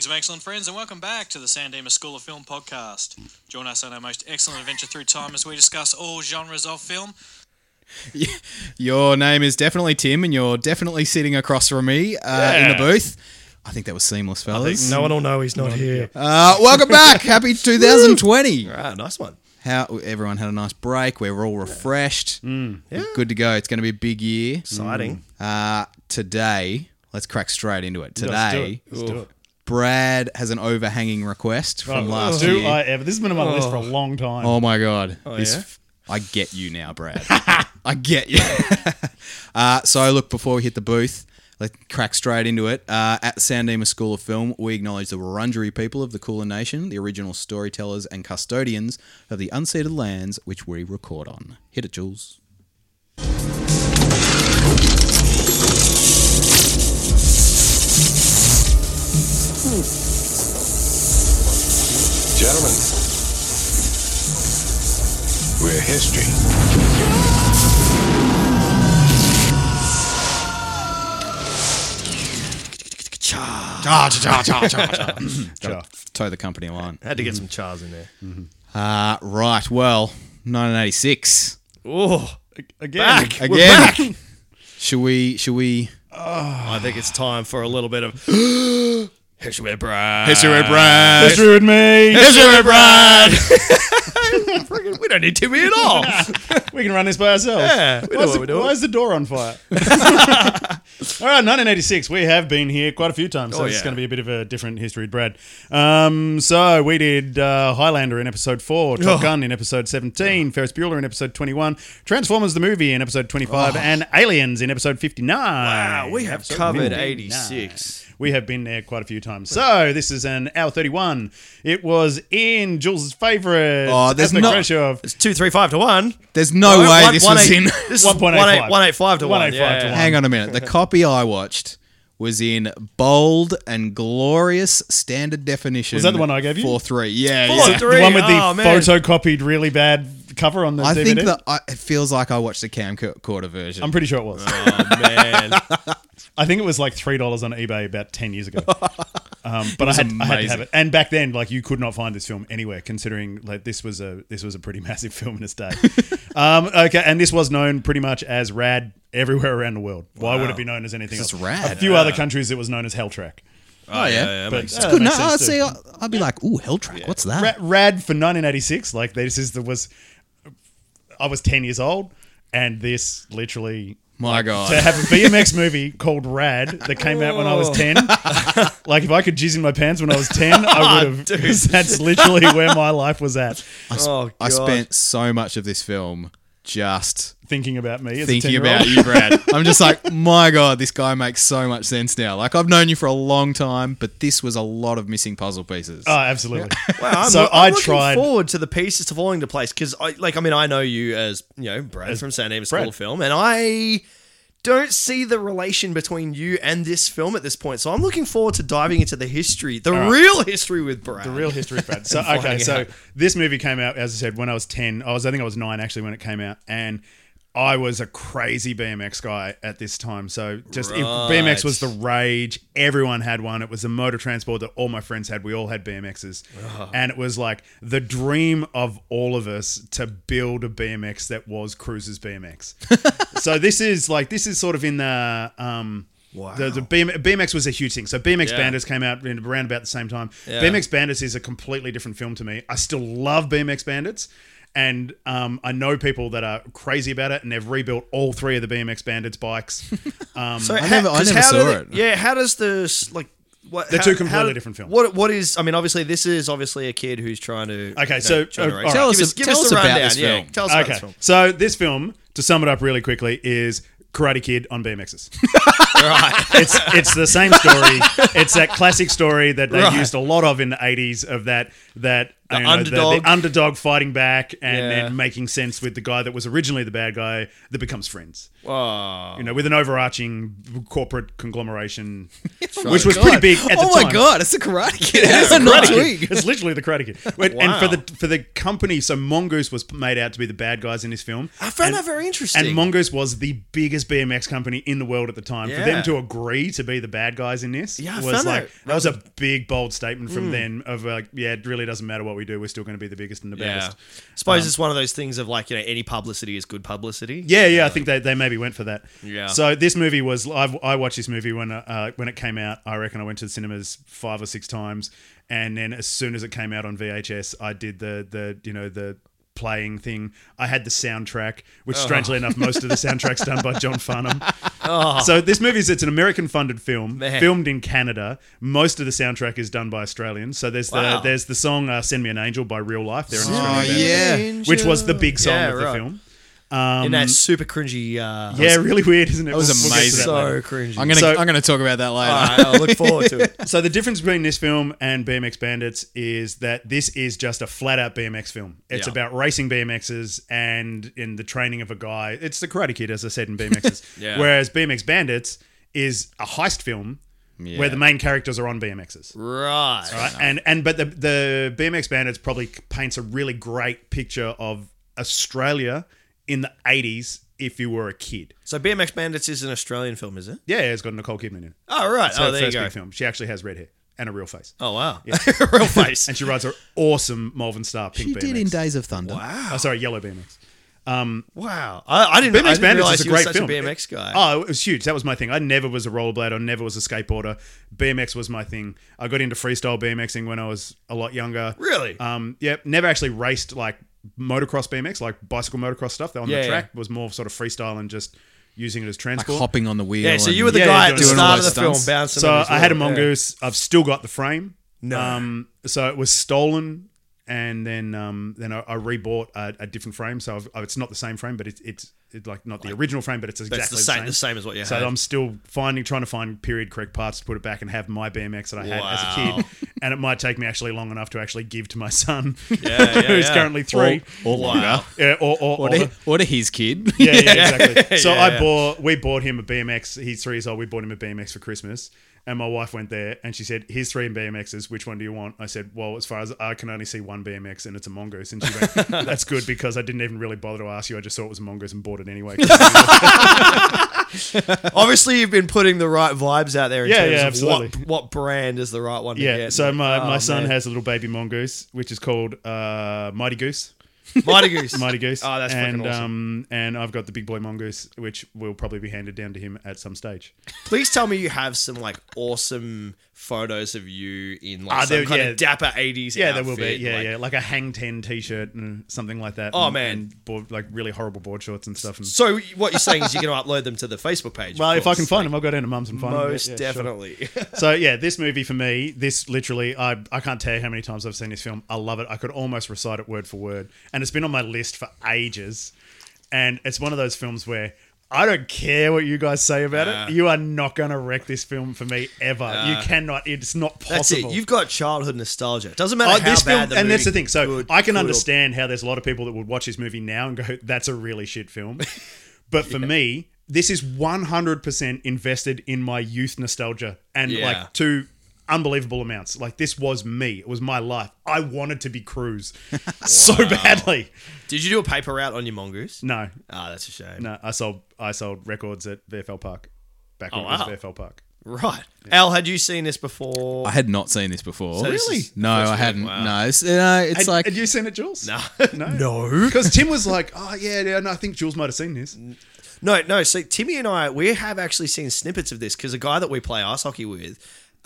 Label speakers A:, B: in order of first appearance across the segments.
A: some excellent friends, and welcome back to the San Dimas School of Film podcast. Join us on our most excellent adventure through time as we discuss all genres of film.
B: Your name is definitely Tim, and you're definitely sitting across from me uh, in the
C: Yeah.
B: booth. I think that was seamless, fellas.
C: No one will know he's not here.
B: Uh, welcome back. Happy 2020.
C: Ah, nice one.
B: How everyone had a nice break. We're all refreshed.
D: Mm,
C: Yeah.
B: Good to go. It's going to be a big year.
C: Exciting.
B: Uh, today, let's crack straight into it.
D: Let's do
B: Today,
D: it. Let's do it.
B: Brad has an overhanging request from
D: Right,
B: last
D: do
B: year.
D: Uh, I ever? This has been on my list for a long time.
B: Oh my god! This-
C: yeah?
B: I get you now, Brad. I get you. uh, so look, before we hit the booth, let's crack straight into it. Uh, at the San Dimas School of Film, we acknowledge the Wurundjeri people of the Kulin Nation, the original storytellers and custodians of the unceded lands which we record on. Hit it, Jules.
E: Gentlemen, we're history.
B: Gotta Toe the company line.
C: Had to get some chars in there.
B: Uh, right. Well, 1986.
C: Oh,
D: Again,
C: Back.
B: Again.
C: We're back.
B: Should we? Should we?
C: I think it's time for a little bit of history with Brad.
B: History with Brad.
D: history with me.
B: History with uh, Brad.
C: Friggin', we don't need Timmy at all.
D: We can run this by ourselves.
C: Yeah, we know
D: why, is
C: what
D: the,
C: we're doing.
D: why is the door on fire? All right, 1986. We have been here quite a few times, so
C: Oh,
D: it's
C: yeah.
D: going to be a bit of a different history, Brad. Um, so we did uh, Highlander in episode four, Top
C: Oh.
D: Gun in episode 17, Ferris Bueller in episode 21, Transformers the movie in episode 25, and Aliens in episode 59.
C: Oh. Wow, Ah, we have
D: Episode
C: covered
D: 59.
C: 86.
D: We have been there quite a few times. So this is an hour 31. It was in Jules' favorite.
B: Oh, there's
D: at the
B: not-
D: crash of
C: It's two, three, five to one.
B: There's no
C: One-
B: way
C: one-
B: this
C: one
B: was
C: eight-
B: in.
C: This is
D: 1.85.
C: 185 to 1.
D: 1.85 to
C: yeah.
D: one.
B: Hang on a minute. The copy I watched was in bold and glorious standard definition.
D: Was that the one I gave you?
B: Four three. Yeah.
C: Four
B: yeah.
C: three.
D: the one with the
C: Oh, man.
D: photocopied really bad cover on the
B: I
D: DVD.
B: think that I, it feels like I watched the camcorder version.
D: I'm pretty sure it was.
C: Oh, man.
D: I think it was like three dollars on eBay about ten years ago. Um, but I had, I had to have
B: amazing.
D: it, and back then, like you could not find this film anywhere. Considering like this was a this was a pretty massive film in its day. um, okay, and this was known pretty much as Rad everywhere around the world. Why would it be known as anything else?
B: It's Rad.
D: A few other countries, it was known as Hell Track.
B: oh yeah.
D: But
B: It's
D: uh,
B: good. No,
D: makes
B: I'd
D: sense too.
B: say I, I'd be like, ooh, Hell Track. What's that?
D: Ra- rad for 1986 like this is the was i was 10 years old and this literally
B: My
D: to
B: God.
D: have a bmx movie called rad that came out when i was 10 like if i could jizz in my pants when i was 10 i would have that's literally where my life was at
C: Oh,
B: I
C: God.
B: spent so much of this film just
D: thinking about me as
B: thinking
D: a 10 year
B: about
D: old
B: you, Brad. I'm just like, my God, this guy makes so much sense now. Like I've known you for a long time, but this was a lot of missing puzzle pieces.
D: oh absolutely
C: Wow, I'm,
D: so
C: I'm
D: i
C: looking
D: tried
C: forward to the pieces to falling into place because I like I mean I know you as you know Brad from San Dimas School
D: Brad.
C: of Film and I don't see the relation between you and this film at this point so I'm looking forward to diving into the history the real history with Brad
D: The real history of Brad. So okay,
C: Finding
D: so
C: out.
D: this movie came out, as I said, when I was ten. I was, I think, I was nine actually when it came out, and I was a crazy BMX guy at this time. So just if BMX was the rage. Everyone had one. It was the mode of transport that all my friends had. We all had BMXs, and it was like the dream of all of us to build a BMX that was Cruiser's BMX. so this is like this is sort of in the um. The, the BM, BMX was a huge thing. So BMX
C: Yeah.
D: Bandits came out in around about the same time. BMX Bandits is a completely different film to me. I still love BMX Bandits, and um, I know people that are crazy about it, and they've rebuilt all three of the BMX Bandits bikes. Um,
C: so
B: I never- I
C: 'cause
B: never
C: how do
B: saw
C: they-
B: it.
C: yeah how does this like what,
D: They're
C: how-
D: two
C: how
D: completely
C: do-
D: different films.
C: What what is I mean obviously this is obviously a kid who's trying to
D: Okay,
C: you
D: so, uh,
C: generate-
D: all Tell
B: right. us-
C: give us, give
B: tell
C: us
B: us
C: the
B: about
C: rundown,
B: this
C: yeah.
B: film.
C: tell us about
D: okay,
C: this film
D: so this film, to sum it up really quickly, is Karate Kid on BMXs. it's it's the same story. It's that classic story that they used a lot of in the eighties of that that you
C: underdog.
D: the underdog fighting back, and
C: Yeah.
D: then making sense with the guy that was originally the bad guy that becomes friends.
C: Oh,
D: You know, with an overarching corporate conglomeration,
B: Oh
D: which
B: my
D: was
B: God.
D: pretty big at the
B: oh
D: time.
B: my god, it's a karate kid. it's
D: Karate Kid. It's literally the Karate Kid. Wait, And for
C: Wow.
D: the for the company, so Mongoose was made out to be the bad guys in this film.
C: I found
D: and,
C: that very interesting.
D: And Mongoose was the biggest BMX company in the world at the time. For
C: Yeah.
D: them to agree to be the bad guys in this
C: Yeah, I
D: was
C: found
D: like
C: that- Mm.
D: that, was a big bold statement from them of like, yeah, it really doesn't matter what we do, we're still going to be the biggest and the
C: yeah. Um,
D: best.
C: Suppose it's one of those things of like you know any publicity is good publicity.
D: Yeah, yeah, I think they, they maybe went for that.
C: Yeah.
D: So this movie was I've, I watched this movie when uh, when it came out. I reckon I went to the cinemas five or six times, and then as soon as it came out on VHS, I did the the you know the playing thing. I had the soundtrack, which
C: Oh.
D: strangely enough, most of the soundtrack's done by John Farnham. So this movie is it's an American funded film,
C: Oh. Man.
D: filmed in Canada. Most of the soundtrack is done by Australians. So there's
C: Wow.
D: the there's the song uh, "Send Me an Angel" by Real Life. They're an
B: Oh
D: Australian band,
B: yeah.
D: which was the big song
C: Yeah,
D: of the
C: right.
D: film.
C: in that super cringy. Uh,
D: Yeah, really weird, isn't it? That
B: was amazing.
C: so
B: that
C: cringy.
B: I'm gonna
D: So-
B: I'm gonna talk about that later.
C: All right, I'll look forward to it.
D: So the difference between this film and BMX Bandits is that this is just a flat-out BMX film. It's
C: Yeah.
D: about racing BMXs and in the training of a guy. It's the Karate Kid, as I said in BMXs.
C: Yeah.
D: Whereas BMX Bandits is a heist film where the main characters are on BMXs.
C: Right.
D: Right? And and but the the BMX Bandits probably paints a really great picture of Australia in the '80s if you were a kid.
C: So BMX Bandits is an Australian film, is it?
D: Yeah, it's got Nicole Kidman in it.
C: Oh right.
D: It's her
C: oh there you
D: first
C: go.
D: big film. She actually has red hair and a real face.
C: Oh wow. Real face.
D: And she rides her awesome Malvern Star pink
B: she
D: BMX.
B: did in Days of Thunder.
D: oh, sorry, yellow BMX.
C: wow. I, I didn't. I didn't
D: BMX Bandits
C: realize
D: is a
C: you were
D: great
C: such
D: film.
C: a BMX guy.
D: Oh, it was huge. That was my thing. I never was a rollerblader. I never was a skateboarder. BMX was my thing. I got into freestyle BMXing when I was a lot younger.
C: Really?
D: Um, yep. Never actually raced like motocross BMX, like bicycle motocross stuff. That on
C: Yeah,
D: the
C: yeah.
D: track was more sort of freestyle and just using it as
B: Like
D: transport.
B: hopping on the wheel.
C: yeah. So you
B: and-
C: were the
D: Yeah,
C: guy
D: yeah,
C: at the
D: doing all
C: start of the
B: those
C: film
B: stunts.
C: bouncing.
D: So
C: on his
D: I had a
C: wheel. Yeah.
D: mongoose. I've still got the frame.
C: No.
D: Um, so it was stolen, and then um, then I, I rebought a, a different frame. So I've, it's not the same frame, but it's it's it like not the original frame, but it's exactly
C: That's the same. The same as what you
D: so
C: had.
D: I'm still finding, trying to find period correct parts to put it back and have my BMX that I had
C: Wow.
D: as a kid, and it might take me actually long enough to actually give to my son,
C: yeah,
D: who's
C: yeah.
D: currently three,
B: or, or longer.
D: yeah, or,
B: Or,
D: or, or
B: to, or to his kid.
D: yeah, yeah, exactly. So
C: Yeah,
D: I
C: yeah.
D: bought, we bought him a BMX. He's three years old. We bought him a BMX for Christmas. And my wife went there and she said, Here's three BMXs. Which one do you want? I said, Well, as far as I can only see one BMX and it's a mongoose. And she went, That's good because I didn't even really bother to ask you. I just saw it was a mongoose and bought it anyway.
C: Obviously, you've been putting the right vibes out there in
D: Yeah,
C: terms
D: yeah,
C: of
D: absolutely.
C: what what brand is the right one. To
D: yeah.
C: get.
D: So my, my
C: Oh,
D: son
C: man.
D: has a little baby mongoose, which is called uh, Mighty Goose.
C: Mighty Goose.
D: Mighty Goose.
C: Oh, that's
D: and,
C: fucking awesome.
D: Um, and I've got the big boy mongoose, which will probably be handed down to him at some stage.
C: Please tell me you have some like awesome photos of you in like
D: Ah,
C: some
D: there-
C: kind
D: yeah.
C: of dapper eighties.
D: Yeah, there will be. Yeah, yeah, like a hang ten t-shirt and something like that.
C: Oh,
D: and,
C: man.
D: and board, like really horrible board shorts and stuff. And
C: So what you're saying is you're going to upload them to the Facebook page. of
D: well, if I
C: course.
D: can find them, I'll go down to Mum's and find them.
C: most
D: Yeah, yeah, sure.
C: definitely.
D: So yeah, this movie for me, this literally, I I can't tell you how many times I've seen this film. I love it. I could almost recite it word for word, and it's been on my list for ages. And it's one of those films where. I don't care what you guys say about it. You are not going to wreck this film for me ever. you cannot. It's not possible.
C: That's it. You've got childhood nostalgia. Doesn't matter
D: Oh,
C: how
D: this
C: bad
D: film,
C: the
D: and
C: movie
D: that's the thing. So
C: could-
D: I
C: could
D: can
C: or-
D: understand how there's a lot of people that would watch this movie now and go, "That's a really shit film," but for me, this is 100% invested in my youth nostalgia and
C: Yeah.
D: like to unbelievable amounts. Like this was me. It was my life. I wanted to be Cruise so badly.
C: Did you do a paper route on your mongoose?
D: No,
C: Ah, that's a shame.
D: no, I sold I sold records at VFL Park back when
C: Oh,
D: it
C: wow.
D: was VFL Park.
C: Right. Al, had you seen this before?
B: I had not seen this before.
C: So this Really? is the
B: No,
C: first
B: I
C: one.
B: hadn't.
C: Wow.
B: No, it's, uh, it's
D: Had,
B: like
D: had you seen it, Jules?
C: no.
D: no, Because Tim was like, "Oh yeah, yeah, no, I think Jules might have seen this."
C: No, no. So Timmy and I, we have actually seen snippets of this because a guy that we play ice hockey with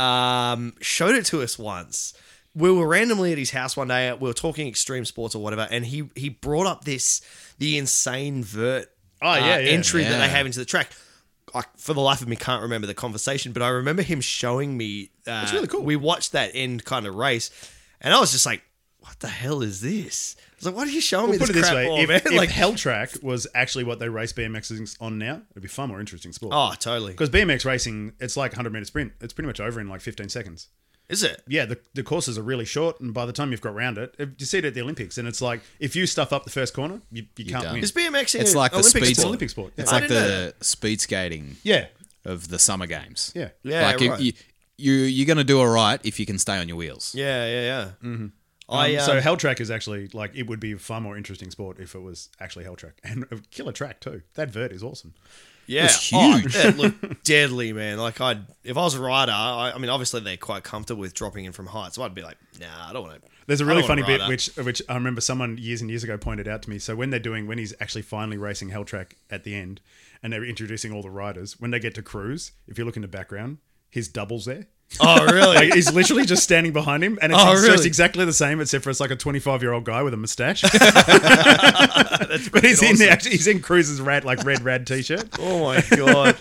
C: um, showed it to us once. We were randomly at his house one day. We were talking extreme sports or whatever, and he he brought up this the insane vert uh,
D: Oh, yeah, yeah.
C: entry that
B: Yeah.
C: they have into the track. I, for the life of me, can't remember the conversation, but I remember him showing me. Uh, That's
D: really cool.
C: We watched that end kind of race, and I was just like, "What the hell is this?" I was like, "What are you showing me?"
D: Well, put it
C: this
D: this
C: crap
D: way:
C: for,
D: if,
C: man?"
D: if
C: like,
D: hell track was actually what they race BMXs on now, it'd be far more interesting sport.
C: oh, totally.
D: because BMX racing, it's like 100 meter sprint. It's pretty much over in like 15 seconds.
C: Is it?
D: yeah, the, the courses are really short, and by the time you've got round it, if- you see it at the Olympics, and it's like if you stuff up the first corner, you, you can't
B: done.
D: win.
C: Is BMX?
B: It's like the
C: Olympic
B: speed
D: It's an
C: sport?
D: Olympic sport. Yeah,
B: It's
C: I
B: like
C: didn't know
B: the speed skating
D: yeah,
B: of the summer games.
D: yeah.
C: Yeah,
B: like if
C: right.
B: you, you you're gonna do all right if you can stay on your wheels.
C: yeah, yeah, yeah. Mm-hmm.
D: Um,
C: I um,
D: so hell track is actually like it would be a far more interesting sport if it was actually hell track and a killer track too. That vert is awesome.
C: yeah,
B: was
C: Oh,
B: huge.
C: that looked deadly, man. Like I, would if I was a rider, I, I mean, obviously they're quite comfortable with dropping in from height, so I'd be like, nah, I don't want to.
D: There's a really funny bit which which I remember someone years and years ago pointed out to me. So when they're doing when he's actually finally racing hell track at the end, and they're introducing all the riders when they get to cruise. If you look in the background, his doubles there.
C: Oh, really?
D: Like, he's literally just standing behind him, and it's,
C: Oh,
D: it's just
C: really?
D: exactly the same, except for it's like a 25 year old guy with a mustache. but he's in the act- he's in Cruz's rad like red rad t shirt.
C: Oh my god.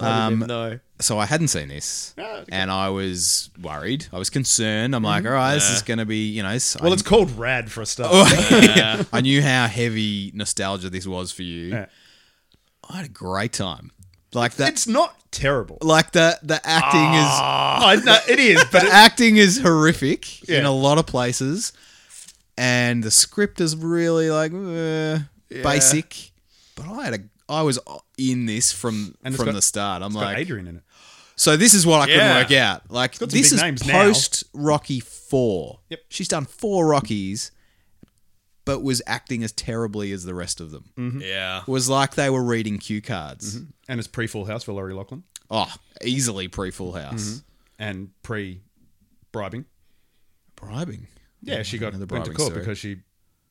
C: I
B: Um,
C: didn't even know.
B: So I hadn't seen this,
D: Ah,
B: and I was worried. I was concerned. I'm like, all right, this is gonna be you know. s-
D: Mm-hmm. Well,
B: I,
D: it's called rad for a start.
C: Oh,
B: I knew how heavy nostalgia this was for you.
D: Yeah.
B: I had a great time. Like that.
D: It's Ah. not terrible.
B: like the the acting
C: Ah.
D: I know it is,
B: is
D: but
B: the acting is horrific in
D: Yeah.
B: a lot of places, and the script is really like uh, basic. But I had a I was in this from
D: And it's
B: from
D: got-
B: the start. I'm
D: it's got
B: like,
D: Adrian in it.
B: So this is what I couldn't
C: Yeah.
B: work out. Like
D: some
B: this
D: big
B: is
D: names now.
B: post Rocky Four.
D: Yep.
B: She's done four Rockies, but was acting as terribly as the rest of them.
D: Mm-hmm.
C: Yeah.
B: Was like they were reading cue cards.
D: And it's pre Full House for Laurie Lachlan
B: Oh, easily pre Full
D: Mm-hmm.
B: House.
D: and pre bribing.
B: Bribing.
D: Yeah, she got
B: Another
D: went to
B: bribing
D: court
B: story.
D: because she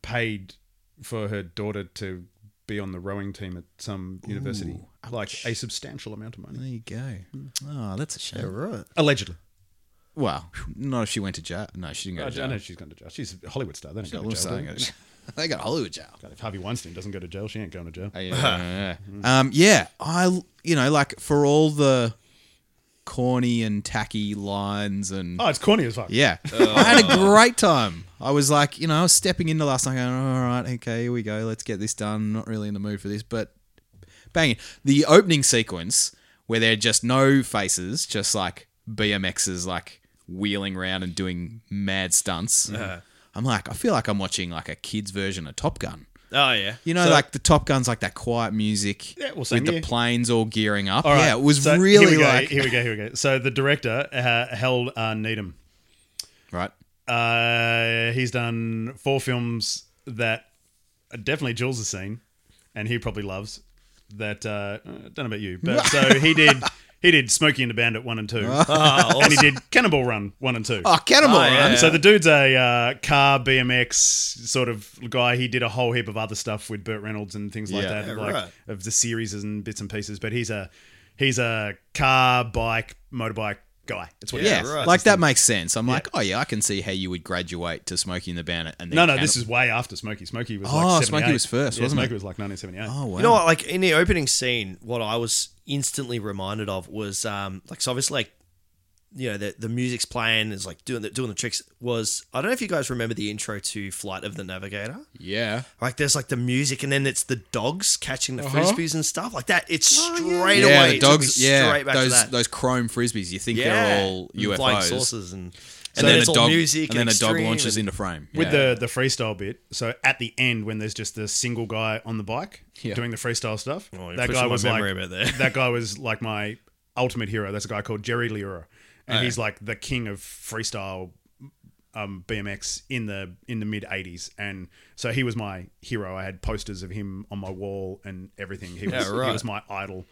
D: paid for her daughter to be on the rowing team at some university, like a substantial amount of
B: There
D: money,
B: you go. Oh, that's a shame.
C: Right.
D: allegedly.
B: Well, not if she went to jail. No, she didn't go
D: Oh, I
B: to jail.
D: know she's going to jail. She's a Hollywood star. They don't
B: I'm
D: go to jail.
B: saying
D: do they?
B: it. They got Hollywood jail.
D: God, if Harvey Weinstein doesn't go to jail, she ain't going to jail.
B: yeah. um, yeah, I you know like for all the corny and tacky lines and
D: Oh, it's corny as fuck.
B: yeah, I had a great time. I was like you know I was stepping into last night going all right okay here we go let's get this done. Not really in the mood for this, but banging the opening sequence where they're just no faces, just like BMXs like wheeling around and doing mad stunts. I'm like I feel like I'm watching like a kids version of Top Gun.
C: Oh yeah.
B: You know, like the Top Gun's like that quiet music
D: Yeah, well, same
B: with the
D: here.
B: planes all gearing up.
D: All right,
B: Yeah, it was
D: so
B: really
D: here we go,
B: like
D: Here we go. Here we go. So the director uh, held uh, Needham.
B: right.
D: Uh, he's done four films that definitely Jules has seen, and he probably loves. That uh, I don't know about you, but so he did. He did Smokey and the Bandit one and two, and he did Cannibal Run one and two.
B: Oh, Cannibal
C: Oh, yeah.
B: Run.
D: So the dude's a uh, car BMX sort of guy. He did a whole heap of other stuff with Burt Reynolds and things like
B: Yeah.
D: that,
C: Yeah,
D: like
C: right.
D: of the series and bits and pieces. But he's a he's a car, bike, motorbike guy. That's what. he
B: Yeah,
D: is.
C: right.
B: like that makes sense. I'm like, oh yeah, I can see how you would graduate to Smoking the Bandit and then
D: No, no,
B: Cannibal-
D: this is way after Smokey. Smokey was
B: Oh,
D: like
B: Smokey
D: 78.
B: was first,
D: yeah,
B: wasn't
D: Smokey
B: it?
D: was like 1978.
B: Oh wow.
C: You know what? Like in the opening scene, what I was instantly reminded of was um like so obviously like you know the the music's playing is like doing the doing the tricks was I don't know if you guys remember the intro to Flight of the Navigator.
B: yeah.
C: Like there's like the music and then it's the dogs catching the frisbees and stuff like that. It's straight
B: Uh-huh. Yeah, the
C: away. it took me
B: dogs. Yeah,
C: straight back to
B: those
C: that.
B: those chrome frisbees. You think they're all UFOs,
C: flying saucers and
B: and then
C: it's
B: a
C: all
B: dog,
C: music
B: and then a dog
C: extreme
B: launches
C: and-
B: into frame.
D: With
B: Yeah.
D: the the freestyle bit, so at the end when there's just the single guy on the bike
B: Yeah.
D: doing the freestyle stuff,
C: Oh, you're
D: that
C: pushing
D: guy
C: my
D: was like
C: memory a bit there.
D: that guy was like my ultimate hero. That's a guy called Jerry Lira, and
B: Oh,
D: he's like the king of freestyle um, BMX in the in the mid '80s, and so he was my hero. I had posters of him on my wall and everything. He was he
C: right.
D: was my idol.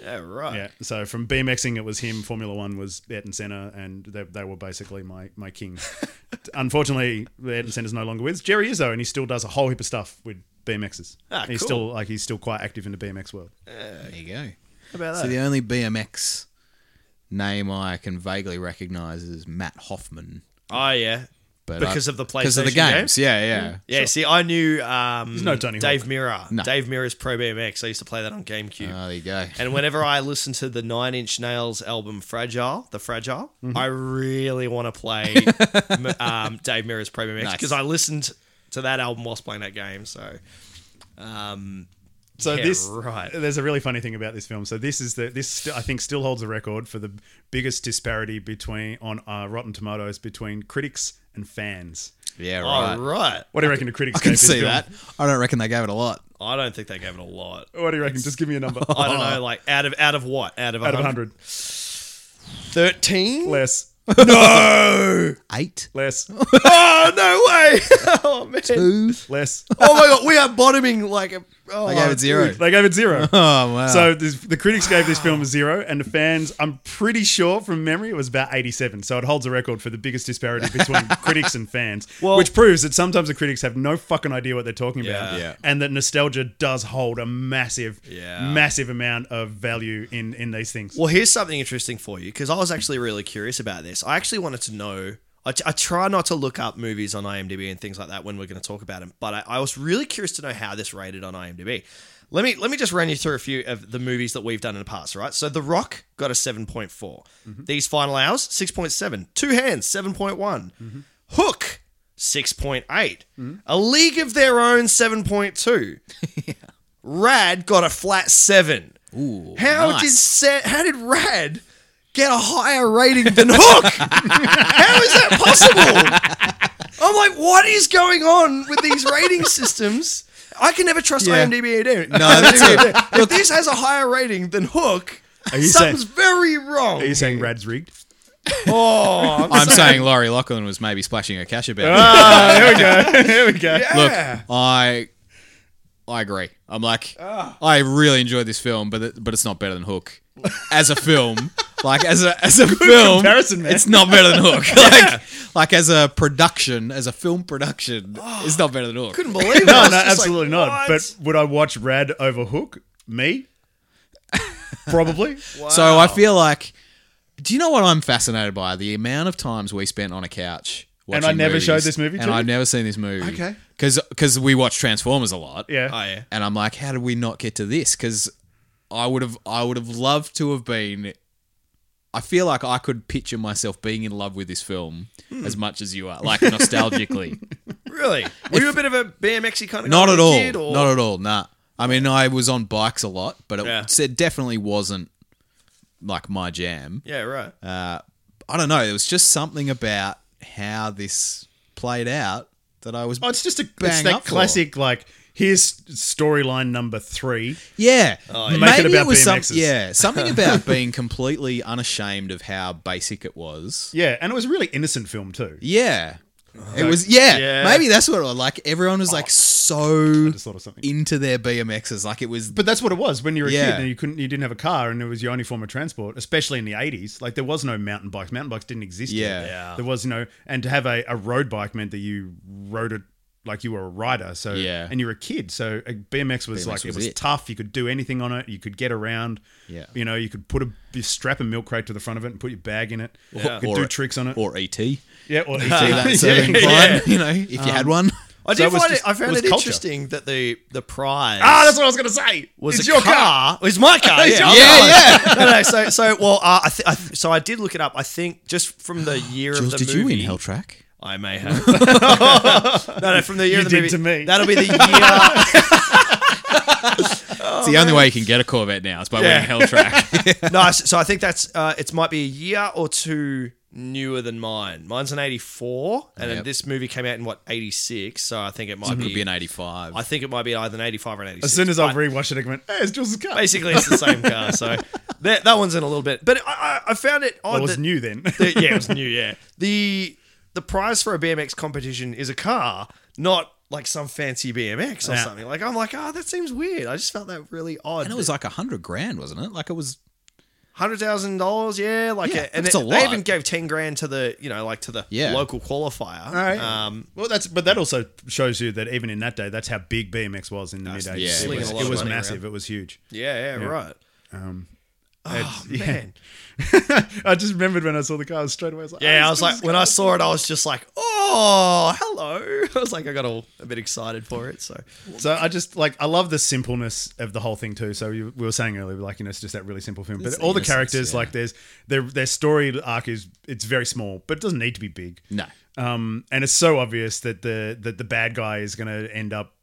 C: Yeah, right.
D: Yeah. So from BMXing, it was him. Formula One was Ayrton Senna, and they, they were basically my my king. Unfortunately, Ayrton Senna's no longer with us. Jerry is though, and he still does a whole heap of stuff with BMXs.
C: Ah,
D: he's
C: cool.
D: still like he's still quite active in the BMX world.
B: there you go.
C: How about
B: So
C: that?
B: the only BMX name I can vaguely recognise is Matt Hoffman.
C: oh yeah.
B: but
C: Because of the
B: because of the
C: PlayStation
B: games. Yeah, yeah.
C: Yeah, see, I knew um,
D: no Tony
C: Dave
D: Hawk.
C: Mirror.
B: No.
C: Dave Mirror's Pro BMX. I used to play that on GameCube.
B: Oh, there you go.
C: and whenever I listen to the Nine Inch Nails album Fragile, the Fragile,
B: Mm-hmm.
C: I really want to play m- um, Dave Mirror's Pro BMX
B: Nice.
C: because I listened to that album whilst playing that game. So, um,
D: So
C: Yeah,
D: this
C: right.
D: there's a really funny thing about this film. So this is the this st- I think still holds a record for the biggest disparity between on uh, Rotten Tomatoes between critics and fans.
B: Yeah,
C: All
B: right.
C: right.
D: What do you reckon the critics
B: I can
D: gave this
B: see
D: film?
B: that. I don't reckon they gave it a lot.
C: I don't think they gave it a lot.
D: What do you reckon? Just give me a number.
C: I don't
B: Oh.
C: know, like out of out of what? Out of
D: out of hundred,
C: 13?
D: less,
C: No.
B: Eight,
D: less,
C: oh, no way. oh man.
B: two.
D: less.
C: Oh my god, we are bottoming like a oh,
B: I gave it zero.
D: They gave it zero.
B: Oh wow.
D: So this, the critics gave this film a zero, and the fans, I'm pretty sure from memory, it was about 87. So it holds a record for the biggest disparity between critics and fans,
C: Well-
D: which proves that sometimes the critics have no fucking idea what they're talking about,
B: Yeah. Yeah.
D: and that nostalgia does hold a massive,
C: Yeah.
D: massive amount of value in in these things.
C: Well, here's something interesting for you because I was actually really curious about this. I actually wanted to know. I, t- I try not to look up movies on IMDb and things like that when we're going to talk about them, but I, I was really curious to know how this rated on IMDb. Let me let me just run you through a few of the movies that we've done in the past, right? So The Rock got a 7.4. These Final Hours, 6.7. Two Hands, 7one Hook, 6.8. A League of Their Own, 7.2. Rad got a flat seven. Ooh, how
B: nice.
C: did Sa- how did Rad get a higher rating than Hook? how is that possible? I'm like, what is going on with these rating systems? I can never trust
B: Yeah.
C: IMDb again.
B: No, that's it.
C: If this has a higher rating than Hook,
D: you
C: something's very wrong.
D: Are you saying Rad's rigged?
C: Oh,
B: I'm saying Laurie Lachlan was maybe splashing her cash about. it.
D: Ah, there we go. There we go.
B: Look,
C: yeah.
B: I I agree. I'm like I really enjoyed this film, but it, but it's not better than Hook as a film. like as a as a film
D: comparison, man.
B: it's not better than Hook. Like like as a production, as a film production, it's not better than Hook.
C: couldn't believe it. I
D: No,
C: was
D: no,
C: just like,
D: absolutely not.
C: what?
D: But would I watch Rad over Hook? Me? Probably.
B: So I feel like do you know what I'm fascinated by? The amount of times we spent on a couch.
D: And I
B: watching
D: never
B: movies,
D: showed this movie to
B: and
D: you?
B: I've never seen this movie.
D: Okay.
B: because we watch Transformers a lot.
D: Yeah.
C: oh, yeah.
B: and I'm like, how did we not get to this? Because I would have, I would have loved to have been. I feel like I could picture myself being in love with this film
D: Hmm.
B: as much as you are, like nostalgically.
C: Really? Were you a bit of a BMXy kind of
B: not
C: guy
B: at
C: as a
B: all.
C: kid, or-
B: Not at all. Nah. I mean, I was on bikes a lot, but it,
C: Yeah.
B: it definitely wasn't like my jam.
C: Yeah, right.
B: I don't know. There was just something about how this played out that I was.
D: Oh, it's just a it's
B: bang
D: that
B: up for.
D: classic like here's storyline number three.
B: Yeah,
D: yeah.
B: maybe
D: oh, Make it about
B: was some,
D: BMXs.
B: yeah something about being completely unashamed of how basic it was.
D: Yeah, and it was a really innocent film too.
B: Yeah, it was. Yeah,
C: Yeah.
B: maybe that's what it was like. Everyone was
D: Oh.
B: like so
D: Just thought of something.
B: into their BMXs, like it was.
D: But that's what it was when you were a
B: Yeah.
D: kid and you couldn't, you didn't have a car, and it was your only form of transport, especially in the eighties. Like there was no mountain bikes. Mountain bikes didn't exist.
B: Yeah.
D: yet.
C: Yeah.
D: There was no, and to have a, a road bike meant that you rode it like you were a rider. So
B: Yeah.
D: and you were a kid. So uh, a BMX was
B: BMX
D: like
B: was
D: it was
B: it.
D: tough. You could do anything on it. You could get around.
B: Yeah.
D: You know, you could put a you strap a milk crate to the front of it and put your bag in it. You could
B: Or-
D: do tricks on it.
B: Or E ET, do
D: yeah. Or
B: that
D: Yeah,
B: serving
D: yeah.
B: fine,
D: Um,
B: you know, if you had one.
C: I
D: So
C: did
D: it was
C: find
D: just-
C: it. I found
D: it was
C: it,
D: culture.
C: interesting that the the prize
D: Ah, that's what I was gonna say.
C: was
D: it's
C: a
D: your
C: car. It was my car.
D: It's
C: yeah,
D: your
C: yeah.
B: yeah.
C: no, no, so so well. Uh, I th- I th- so I did look it up. I think just from the year of
B: Jules,
C: the
B: did
C: movie.
B: you inhale track?
C: I may have. no, no, from the year of
D: You
C: the
D: did
C: movie.
D: to me.
C: That'll be the year.
B: it's
D: Oh,
B: the only way you can get a Corvette now is by
C: Yeah.
B: wearing hell track.
C: no, so so I think that's. Uh, it might be a year or two newer than mine. Mine's an '84, and then
B: Yep.
C: this movie came out in what '86. So I think it might
B: It
C: be.
B: would be an '85.
C: I think it might be either an '85 or an '86.
D: As soon as
C: but-
D: I've rewatched it, I went, "Hey, it's Jules' car."
C: basically it's the same car. So that, that one's in a little bit, but I, I, I found it odd.
D: Well, it was
C: that-
D: new then.
C: that- yeah, it was new. Yeah, the the prize for a BMX competition is a car, not like some fancy BMX or
D: Yeah.
C: something. Like I'm like, oh, that seems weird. I just felt that really odd.
B: and it was like a hundred grand, wasn't it? Like it was.
C: hundred thousand dollars. Yeah, like
B: Yeah,
C: a, and
B: that's
C: it,
B: a
C: they
B: lot.
C: even gave ten grand to the you know like to the
B: Yeah.
C: local qualifier.
D: All right.
C: Um,
D: well, that's but that also shows you that even in that day, that's how big BMX was in the mid
B: yeah.
D: '80s. It
B: Slinging
D: was,
B: a
C: lot
D: it
C: of
D: was
C: money
D: massive. It was huge.
C: yeah, yeah, right. oh
D: It's- yeah.
C: man.
D: I just remembered when I saw the car I was straight away. I was like,
C: Yeah,
D: "Oh,
C: I
D: it's
C: was like,
D: Jules'
C: when
D: car."
C: I saw it, I was just like, oh, hello. I was like, I got all a bit excited for it. So,
D: So I just like I love the simpleness of the whole thing too. So you, we were saying earlier, like you know, it's just that really simple film. But
B: It's
D: all the
B: innocence,
D: characters,
B: yeah.
D: like there's their their story arc is it's very small, but it doesn't need to be big.
B: No.
D: Um, and it's so obvious that the that the bad guy is going to end up,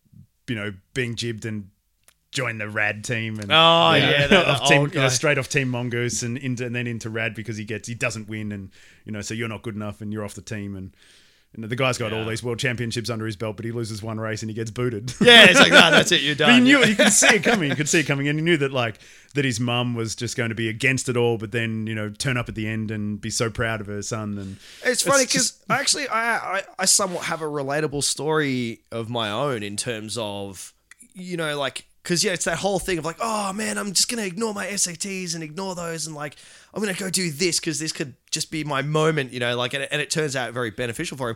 D: you know, being jibbed and joined the Rad team and
C: Oh, yeah, the-
D: off
C: the
D: team,
C: old
D: you know,
C: guy.
D: straight off Team Mongoose and into, and then into Rad because he gets he doesn't win and you know so you're not good enough and you're off the team and. You know, the guy's got all these world championships under his belt, but he loses one race and he gets booted.
C: Yeah, it's like, no, that's it, you're
D: But
C: done.
D: he knew
C: Yeah.
D: it. You could see it coming. You could see it coming, and he knew that like that his mum was just going to be against it all, but then you know turn up at the end and be so proud of her son. And
C: It's funny
D: just-
C: because actually, I, I I somewhat have a relatable story of my own in terms of you know like because yeah, it's that whole thing of like, oh man, I'm just gonna ignore my SATs and ignore those, and like I'm gonna go do this because this could just be my moment, you know. Like, and, it- and it turns out very beneficial for him.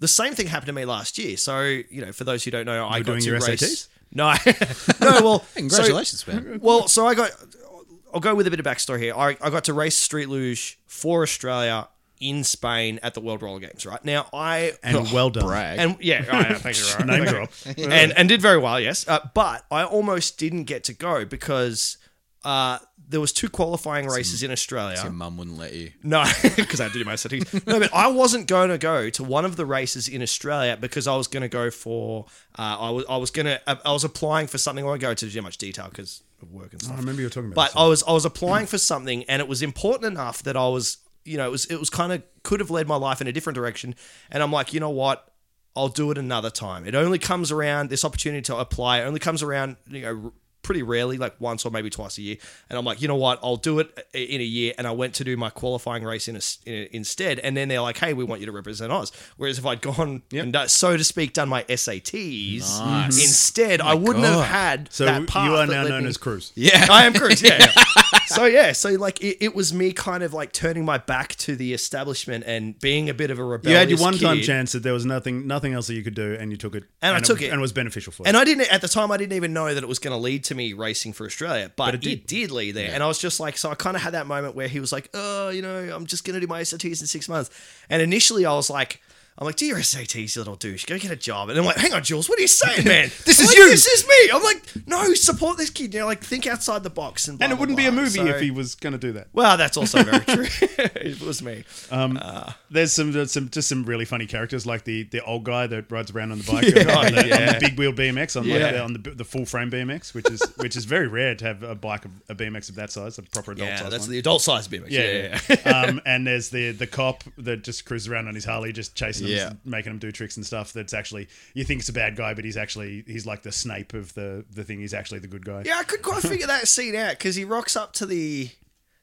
C: The same thing happened to me last year. So you know, for those who don't know, I got
D: doing
C: to
D: your
C: race.
D: SATs?
C: No, no. Well, so-
B: Congratulations, man.
C: well, so I got. I'll go with a bit of backstory here. I, I got to race Street Luge for Australia in Spain at the World Roller Games. Right now, I
D: and well done,
B: Brag.
C: and yeah, I, I think you're right.
D: name drop.
C: and and did very well, yes. Uh, but I almost didn't get to go because uh, there was two qualifying races in Australia.
B: Your mum wouldn't let you.
C: No, because I had to do my settings. No, but I wasn't going to go to one of the races in Australia because I was going to go for. Uh, I was I was going to. I was applying for something. I won't go into too much detail because of work and stuff.
D: I remember you were talking about.
C: But
D: this.
C: I was I was applying for something, and it was important enough that I was, you know, it was it was kind of could have led my life in a different direction. And I'm like, you know what? I'll do it another time. It only comes around. This opportunity to apply only comes around, you know, r- pretty rarely, like once or maybe twice a year. And I'm like, you know what? I'll do it i- in a year. And I went to do my qualifying race in, a, s- in instead. And then they're like, hey, we want you to represent us. Whereas if I'd gone and done, so to speak, done my SATs instead, I wouldn't
B: God.
C: have had
D: so
C: that
D: you
C: path
D: are
C: that
D: now
C: led
D: known
C: me-
D: as Cruz.
B: Yeah.
C: I am Cruz. Yeah. yeah. so yeah, so like it, it was me kind of like turning my back to the establishment and being a bit of a
D: You
C: rebellious.
D: had your one-time
C: kid.
D: chance that there was nothing, nothing else that you could do, and you took it.
C: And I took
D: was-
C: it.
D: and was beneficial for you.
C: And I didn't at the time. I didn't even know that it was going to lead to me racing for Australia, but, it, did. lead there. And I was just like, so I kind of had that moment where he was like, "Oh, you know, I'm just going to do my SATs in six months." And initially, I was like. I'm like, do your SATs, little douche. Go get a job. And I'm like, hang on, Jules, what are you saying, man?
B: This
C: I'm
B: is
C: like,
B: you.
C: This is me. I'm like, no, support this kid. You know, like, think outside the box. And, blah,
D: And it
C: blah,
D: wouldn't be a
C: blah.
D: movie
C: So-
D: if he was going to do that.
C: Well, that's also very true. it was me.
D: There's some, there's some, just some really funny characters like the the old guy that rides around on the bike on, the, on the big wheel BMX on, like
C: Yeah.
D: the, on the, the full frame BMX, which is which is very rare to have a bike of, a BMX of that size, a proper adult
C: yeah,
D: size.
C: that's
D: one.
C: the adult size BMX. Yeah, yeah, yeah.
D: um, and there's the the cop that just cruises around on his Harley, just chasing
B: Yeah.
D: them, making them do tricks and stuff. That's actually you think it's a bad guy, but he's actually he's like the Snape of the the thing. He's actually the good guy.
C: Yeah, I couldn't quite figure that scene out because he rocks up to the,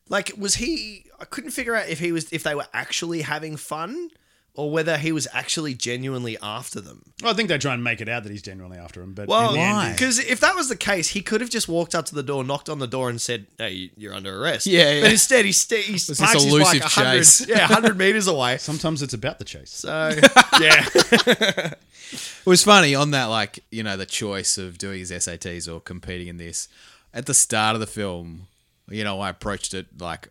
C: like, was he? I couldn't figure out if he was if they were actually having fun or whether he was actually genuinely after them.
D: Well, I think they try and make it out that he's genuinely after him, but
C: Well,
D: in the end, he-
C: because if that was the case, he could have just walked up to the door, knocked on the door, and said, "Hey, you're under arrest."
B: Yeah, yeah.
C: But instead, he sta he
B: this
C: parks his bike
B: elusive
C: 100,
B: chase.
C: yeah, hundred meters away.
D: sometimes it's about the chase.
C: So
D: Yeah,
B: It was funny on that, like, you know, the choice of doing his SATs or competing in this. At the start of the film, you know, I approached it like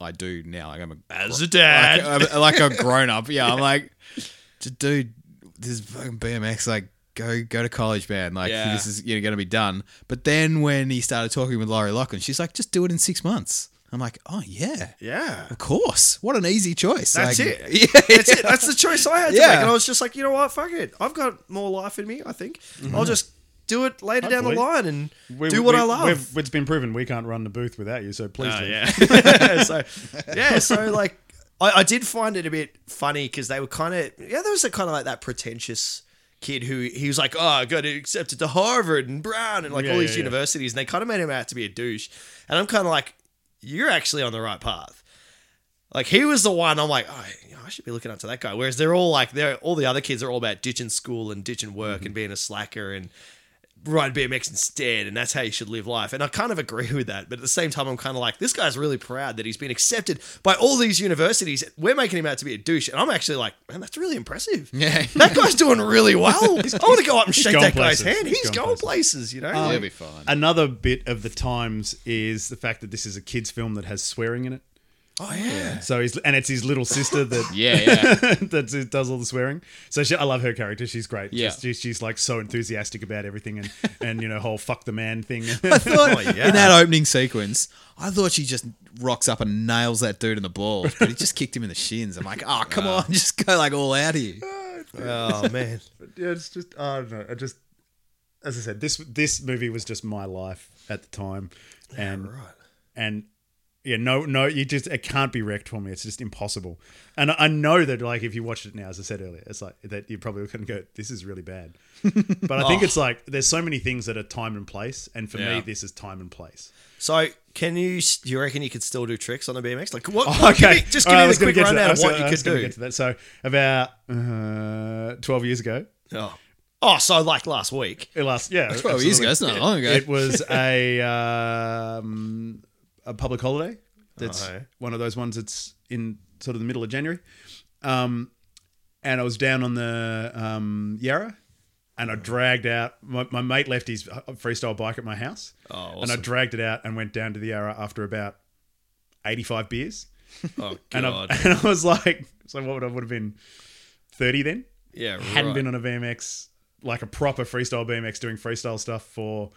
B: I do now. Like I'm a
C: as a dad,
B: like, I'm- like a grown up. Yeah, I'm like, "D- dude, this is fucking BMX. Like, go go to college, man. Like,
C: Yeah.
B: this is you know going to be done. But then when he started talking with Laurie Loughlin, she's like, just do it in six months. I'm like, oh yeah,
C: yeah.
B: of course. What an easy choice.
C: That's
B: Like,
C: it.
B: Yeah,
C: That's it. That's the choice I had to
B: Yeah.
C: make. And I was just like, you know what? Fuck it. I've got more life in me, I think. I'll just do it later down the
D: Mm-hmm. Hopefully.
C: line and
D: We-
C: do what
D: we-
C: I love.
D: we've- it's been proven we can't run the booth without you, so please do.
C: Oh, yeah. so, yeah. So, like, I, I did find it a bit funny because they were kind of, yeah, there was a kind of like that pretentious kid who he was like, oh, I got accepted to Harvard and Brown and like
D: Yeah,
C: all
D: yeah,
C: these
D: yeah.
C: universities. And they kind of made him out to be a douche. And I'm kind of like, you're actually on the right path. Like he was the one I'm like, oh, you know, I should be looking up to that guy. Whereas they're all like, they're all the other kids are all about ditching school and ditching work
D: Mm-hmm.
C: and being a slacker and ride BMX instead, and that's how you should live life. And I kind of agree with that, but at the same time, I'm kind of like, this guy's really proud that he's been accepted by all these universities. We're making him out to be a douche, and I'm actually like, man, that's really impressive.
B: Yeah.
C: that guy's doing really well. I want to go up and shake
D: gone
C: that guy's
D: places.
C: hand.
D: He's Um,
C: He's,
D: gone
C: going, places, you know.
B: It'll
C: Like,
B: be fine.
D: Another bit of the times is the fact that this is a kids' film that has swearing in it.
C: oh yeah.
D: So he's and it's his little sister that
B: Yeah, yeah.
D: that does all the swearing. So she, I love her character. She's great.
B: Yeah.
D: She's, she's, she's like so enthusiastic about everything and and you know whole fuck the man thing.
B: thought
C: Oh, yeah.
B: in that opening sequence, I thought she just rocks up and nails that dude in the balls, but he just kicked him in the shins. I'm like, oh come on, just go like all out here.
C: Oh man.
D: yeah, it's just I don't know. I just as I said, this this movie was just my life at the time, and and yeah, no, no, you just it can't be wrecked for me. It's just impossible. And I, I know that like if you watched it now, as I said earlier, it's like that you probably couldn't go, this is really bad. but I think it's like there's so many things that are time and place, and for me,
A: Yeah.
D: this is time and place.
C: So can you? Do you reckon you could still do tricks on a BMX? Like what?
D: Oh,
C: give me- just give
D: All right, I
C: me
D: was
C: the
D: gonna
C: quick
D: get to that.
C: rundown
D: I
C: of
D: was
C: what
D: gonna-
C: you
D: I was
C: could
D: gonna
C: do.
D: get to that. So about uh, twelve years ago,
C: Oh. oh, so like last week.
D: it last yeah,
B: Twelve years ago.
D: absolutely.
B: That's not long ago.
D: It was a um, a public holiday. That's
C: Oh.
D: one of those ones that's in sort of the middle of January. Um, and I was down on the um, Yarra, and I dragged out my, my mate left his freestyle bike at my house,
C: Oh,
D: and I
C: awesome.
D: dragged it out and went down to the Yarra after about eighty five beers,
C: Oh
D: and I,
C: god.
D: and I was like, so what would I would have been thirty then?
C: yeah,
D: hadn't
C: right.
D: been on a BMX, like a proper freestyle BMX, doing freestyle stuff for,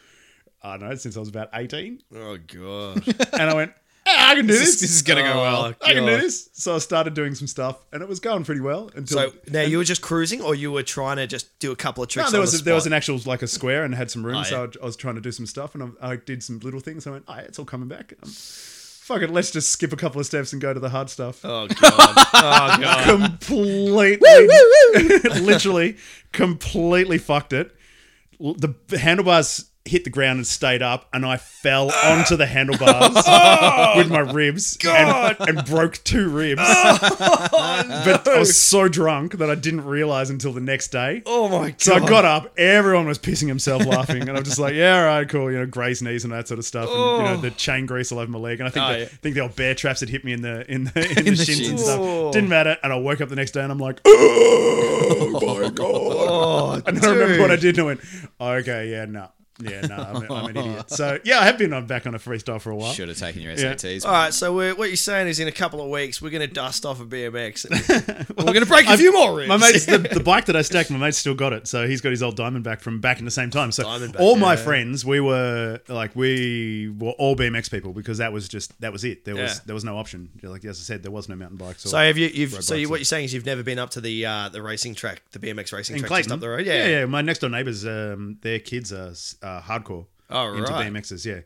D: I don't know, since I was about 18.
C: Oh god.
D: And I went, "Ah, I can do
B: This
D: this. Oh,
B: is- this is gonna go well."
D: I can do
C: God.
D: this. So I started doing some stuff and it was going pretty well until.
C: So now you were just cruising, or you were trying to just do a couple of tricks?
D: no, there
C: on
D: was
C: the
D: a, there was
C: spot?
D: an actual like a square and had some room,
C: Oh,
D: so I, I was trying to do some stuff and I, I did some little things. I went, "Ah, it's all coming back." Um, fuck it, let's just skip a couple of steps and go to the hard stuff.
C: Oh god. Oh god.
D: completely, literally, completely fucked it. L- The handlebars hit the ground and stayed up, and I fell onto the handlebars with my ribs and, and broke two ribs.
C: Oh,
D: But I was so drunk that I didn't realize until the next day.
C: Oh my god.
D: So I got up, everyone was pissing himself laughing, and I'm just like, yeah, all right, cool, you know, graze knees and that sort of stuff, and you know, the chain grease all over my leg, and I think
C: Oh,
D: the,
C: yeah.
D: I think the old bear traps had hit me in the in the, in the,
B: the
D: shins, and
B: shins.
D: stuff.
C: Ooh.
D: Didn't matter, and I woke up the next day and I'm like, oh my god,
C: Oh,
D: and I remember what I did, and I went, okay, yeah, no, yeah, no, I'm, I'm an idiot. So yeah, I have been on back on a freestyle for a while.
B: Should have taken your SATs.
C: All right, so we're, what you're saying is in a couple of weeks we're going to dust off a BMX.
B: We're gonna break a few more ribs.
D: My mate's the, the bike that I stacked. My mate's still got it, so he's got his old Diamondback from back in the same time. So
C: Diamondback,
D: all my
C: yeah.
D: friends, we were like we were all BMX people because that was just that was it. There
C: Yeah.
D: was there was no option. Like as I said, there was no mountain bikes. Or,
C: so have you? You've, so
D: Road
C: you,
D: bikes.
C: what you're saying is you've never been up to the uh, the racing track, the BMX racing
D: in
C: track
D: Clayton
C: just up the road.
D: yeah, My next door neighbors, um, their kids are uh, hardcore
C: Oh,
D: into
C: right.
D: BMXs. Yeah,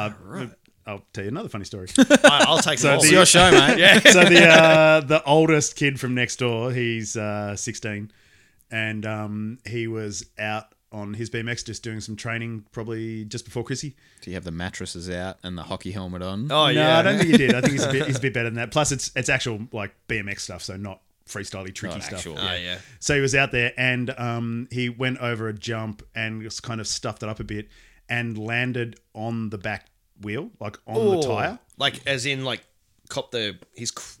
D: uh, I'll tell you another funny story.
C: I, I'll take so
D: So
C: all.
D: the-
B: It's your show, mate. yeah.
D: so the uh, the oldest kid from next door, he's uh, 16, and um, he was out on his BMX just doing some training, probably just before Chrissy.
B: Do you have the mattresses out and the hockey helmet on?
C: oh
D: no,
C: yeah,
D: I don't think he did. I think he's a bit, he's a bit better than that. Plus, it's it's actual like BMX stuff, so not freestyley tricky
B: Not
D: stuff.
B: actual.
C: Oh, yeah.
D: So he was out there and um, he went over a jump and just kind of stuffed it up a bit and landed on the back wheel, like on the tire.
C: like as in like cop the his cr-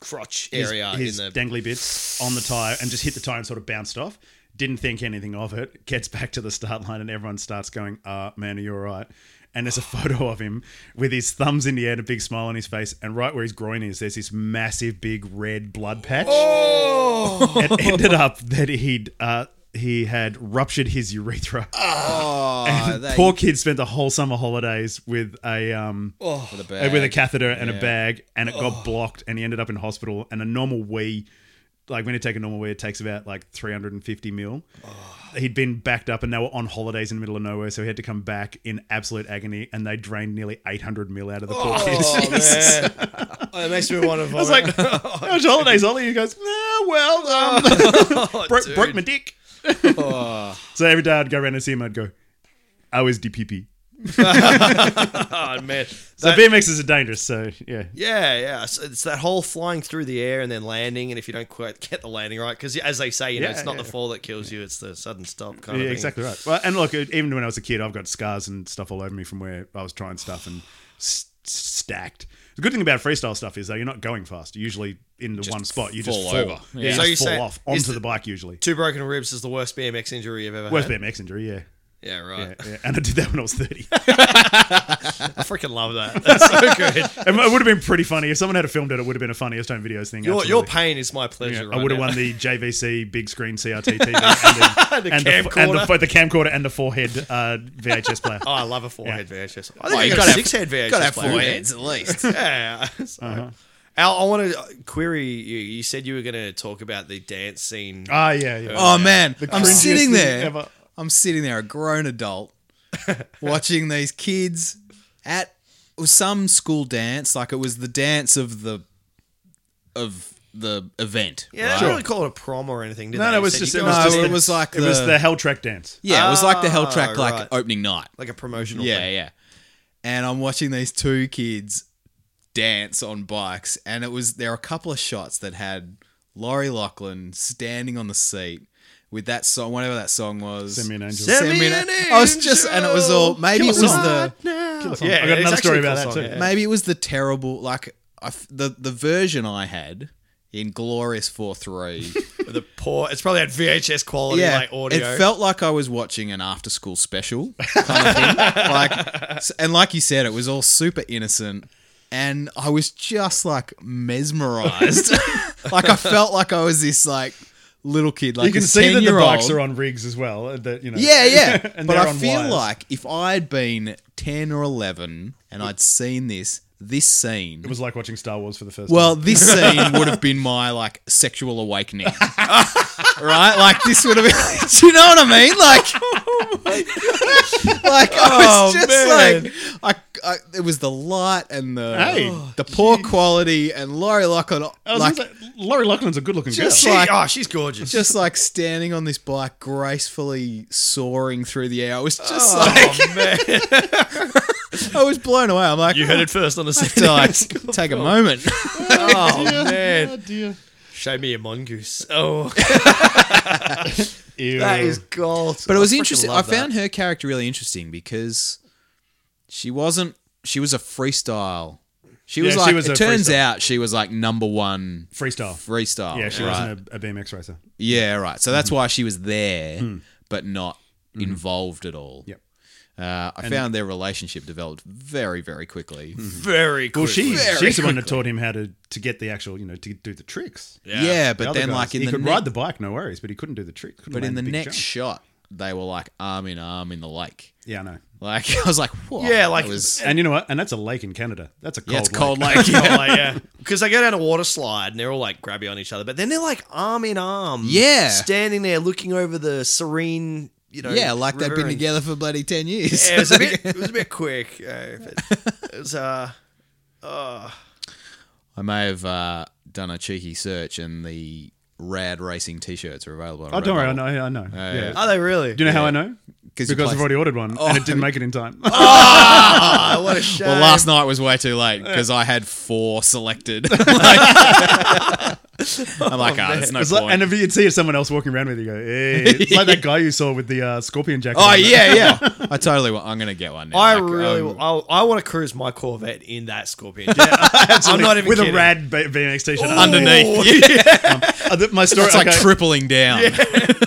C: crotch
D: his-
C: area
D: his
C: in the
D: dangly bits on the tire and just hit the tire and sort of bounced off. Didn't think anything of it. Gets back to the start line and everyone starts going, "Ah, man, are you all right?" And there's a photo of him with his thumbs in the air and a big smile on his face. And right where his groin is, there's this massive, big red blood patch.
C: Oh!
D: It ended up that he'd uh, he had ruptured his urethra.
B: Oh, they-
D: Poor kid spent the whole summer holidays with a um,
B: with a
D: uh,
B: bag.
D: with a catheter and a bag, and it got blocked, and he ended up in hospital. And a normal wee, like when you take a normal wee, it takes about like 350 mil. He'd been backed up, and they were on holidays in the middle of nowhere, so he had to come back in absolute agony, and they drained nearly 800 mil out of the poor kid.
C: Oh man, oh, it makes me want to vomit.
D: I was like, "How much holidays, Ollie?" He goes, "Nah, well, um, broke, broke my dick." so every day I'd go around and see him. I'd go, "I was DPP."
C: oh man,
D: So BMXs are dangerous. So yeah,
C: Yeah, yeah. So it's that whole flying through the air and then landing, and if you don't quite get the landing right, because as they say, you know,
D: Yeah,
C: it's not
D: yeah.
C: the fall that kills you; it's the sudden stop kind
D: Yeah,
C: of thing.
D: exactly right. Well, and look, even when I was a kid, I've got scars and stuff all over me from where I was trying stuff and s- stacked. The good thing about freestyle stuff is though you're not going fast. You're usually in the one spot. You just
B: fall
D: fall
B: over.
D: You
B: Yeah.
D: just
C: So you
D: fall
C: say-
D: off
C: is
D: onto the,
C: the-
D: bike usually.
C: Two broken ribs is the worst BMX injury you've ever
D: Worst
C: had.
D: BMX injury, yeah.
C: Yeah, right.
D: yeah. And I did that when I was 30.
C: I freaking love that. That's so Oh, good.
D: it would have been pretty funny. If someone had filmed it, it would have been a funniest home videos thing.
C: Your, your
D: absolutely.
C: pain is my pleasure.
D: Yeah,
C: right
D: I would have
C: now.
D: won the JVC big screen CRT TV and the,
C: The
D: and, the, and, the,
C: camcorder.
D: the camcorder and the forehead uh, VHS player.
C: Oh, I love a four head VHS. I think
B: Oh,
C: I
B: you
C: got
B: gotta
C: a
B: have-
C: six head VHS.
B: Gotta have four
C: player.
B: heads at least.
C: Yeah. So,
D: Uh-huh.
C: Al, I want to query you. You said you were going to talk about the dance scene.
D: Ah, yeah, yeah.
B: Oh man, I'm
D: cringiest
B: sitting
D: thing
B: there.
D: ever.
B: I'm sitting there, a grown adult, watching these kids at it was some school dance. Like it was the dance of the of the event.
C: Yeah, they
B: right?
C: didn't really call it a prom or anything, did
D: No,
C: they?
D: no, it was
C: They said
D: just
C: you
D: it
C: guys
D: was
B: No,
D: just
B: it
D: the-
B: was like
D: it was
B: the-
D: the Hell Track dance.
B: Yeah, it was like the Hell
C: Ah,
B: Track like
C: right.
B: opening night.
C: like a promotional
B: Yeah,
C: thing.
B: yeah. And I'm watching these two kids dance on bikes, and it was there were a couple of shots that had Laurie Lachlan standing on the seat with that song, whatever that song was.
D: Send me an angel.
B: Send me an I was just, and it was all maybe it
C: Kill
B: was
C: song.
B: the
D: Killer song.
C: Yeah,
D: I got
C: it's
D: another
C: actually
D: story
C: a
D: about
C: cool song,
D: that too.
C: yeah.
B: maybe it was the terrible like I f the the version I had in glorious four three.
C: the poor. It's probably had VHS quality like audio.
B: It felt like I was watching an after school special kind of thing. like, s- and like you said, it was all super innocent. And I was just like mesmerized. like I felt like I was this like little kid, like
D: You can
B: this
D: see that the
B: 10-year-old.
D: bikes are on rigs as well. uh, That you know.
B: Yeah, yeah.
D: and
B: but
D: they're
B: I
D: on
B: feel
D: wires.
B: like if I had been ten or eleven and I'd seen this, this scene
D: it was like watching Star Wars for the first.
B: well, this scene would have been my like sexual awakening. right? Like this would have been Do you know what I mean? Like Like I was
C: Oh,
B: just
C: man.
B: like I, I it was the light and the
D: Hey.
B: the poor quality and Laurie Lachlan
D: time. I was
B: like
D: gonna say, Laurie Lachlan's a good-looking girl.
B: Just
C: she,
B: like-
C: oh, she's gorgeous.
B: just like standing on this bike gracefully soaring through the air. I was just
C: oh man,
B: like I was blown away. I'm like
C: you heard it first on the
B: to like
C: side.
B: take a moment.
C: oh man,
D: Oh, dear.
C: show me a mongoose. Oh,
D: Ew.
C: that is gold.
B: But it was
C: freaking
B: interesting. I
C: love that.
B: found her character really interesting because she wasn't. She was a freestyle. She was
D: Yeah, she
B: like.
D: was
B: it
D: a
B: turns
D: freestyle.
B: out she was like number one
D: freestyle.
B: freestyle.
D: yeah, she
B: right?
D: wasn't a, Mm-hmm. a BMX racer.
B: Yeah, right. So that's why she was there, but not involved at all.
D: Hmm. Mm-hmm. Yep.
B: Uh, I found their relationship developed very, very quickly.
D: Hmm.
C: very cool.
D: Well, she
B: Very
D: she's the one that taught him how to to get the actual you know to do the tricks.
B: Yeah, but
D: The other
B: then
D: guys,
B: like in
D: he
B: the
D: could
B: ne-
D: ride the bike, no worries, but he couldn't do the tricks. couldn't
B: but in
D: land
B: the
D: big
B: next
D: jump.
B: shot, they were like arm in arm in the lake.
D: yeah, I know.
B: Like I was like, whoa,
C: Yeah, like-
B: that was
D: And you know what? And that's a lake in Canada. That's a cold.
B: yeah, it's
D: lake.
B: cold lake.
C: Oh, like, yeah, because they go down a water slide and they're all like grabby on each other, but then they're like arm in arm,
B: Yeah.
C: standing there looking over the serene, you know,
B: yeah, like they've
C: river
B: been
C: and-
B: together for bloody ten years.
C: Oh, Yeah, it was a bit, it was a bit quick. Uh, but it was uh,
B: I may have uh, done a cheeky search, and the Rad Racing T-shirts are available. On
D: Oh, don't worry. I know. I know. yeah.
C: are they really?
D: Do you know how I know?
B: you
D: Because I've
B: placed- Oh,
D: already ordered one and it didn't make it in time.
C: Oh, what a shame.
B: Well, last night was way too late because I had four selected. Like- I'm like, ah, there's no
D: It's like-
B: point.
D: and if you'd see someone else walking around with you, you go, hey. It's like that guy you saw with the uh, scorpion jacket.
B: oh
D: on.
B: yeah, yeah. I totally. Want, I'm gonna get one. Now.
C: I
B: Like,
C: really,
B: um,
C: I, I want to cruise my Corvette in that Scorpion. I'm not even
D: with
C: kidding.
D: a rad B- BMX t-shirt on.
B: underneath.
D: Uh, th- my story.
B: It's like
D: Oh, okay.
B: tripling down.
D: I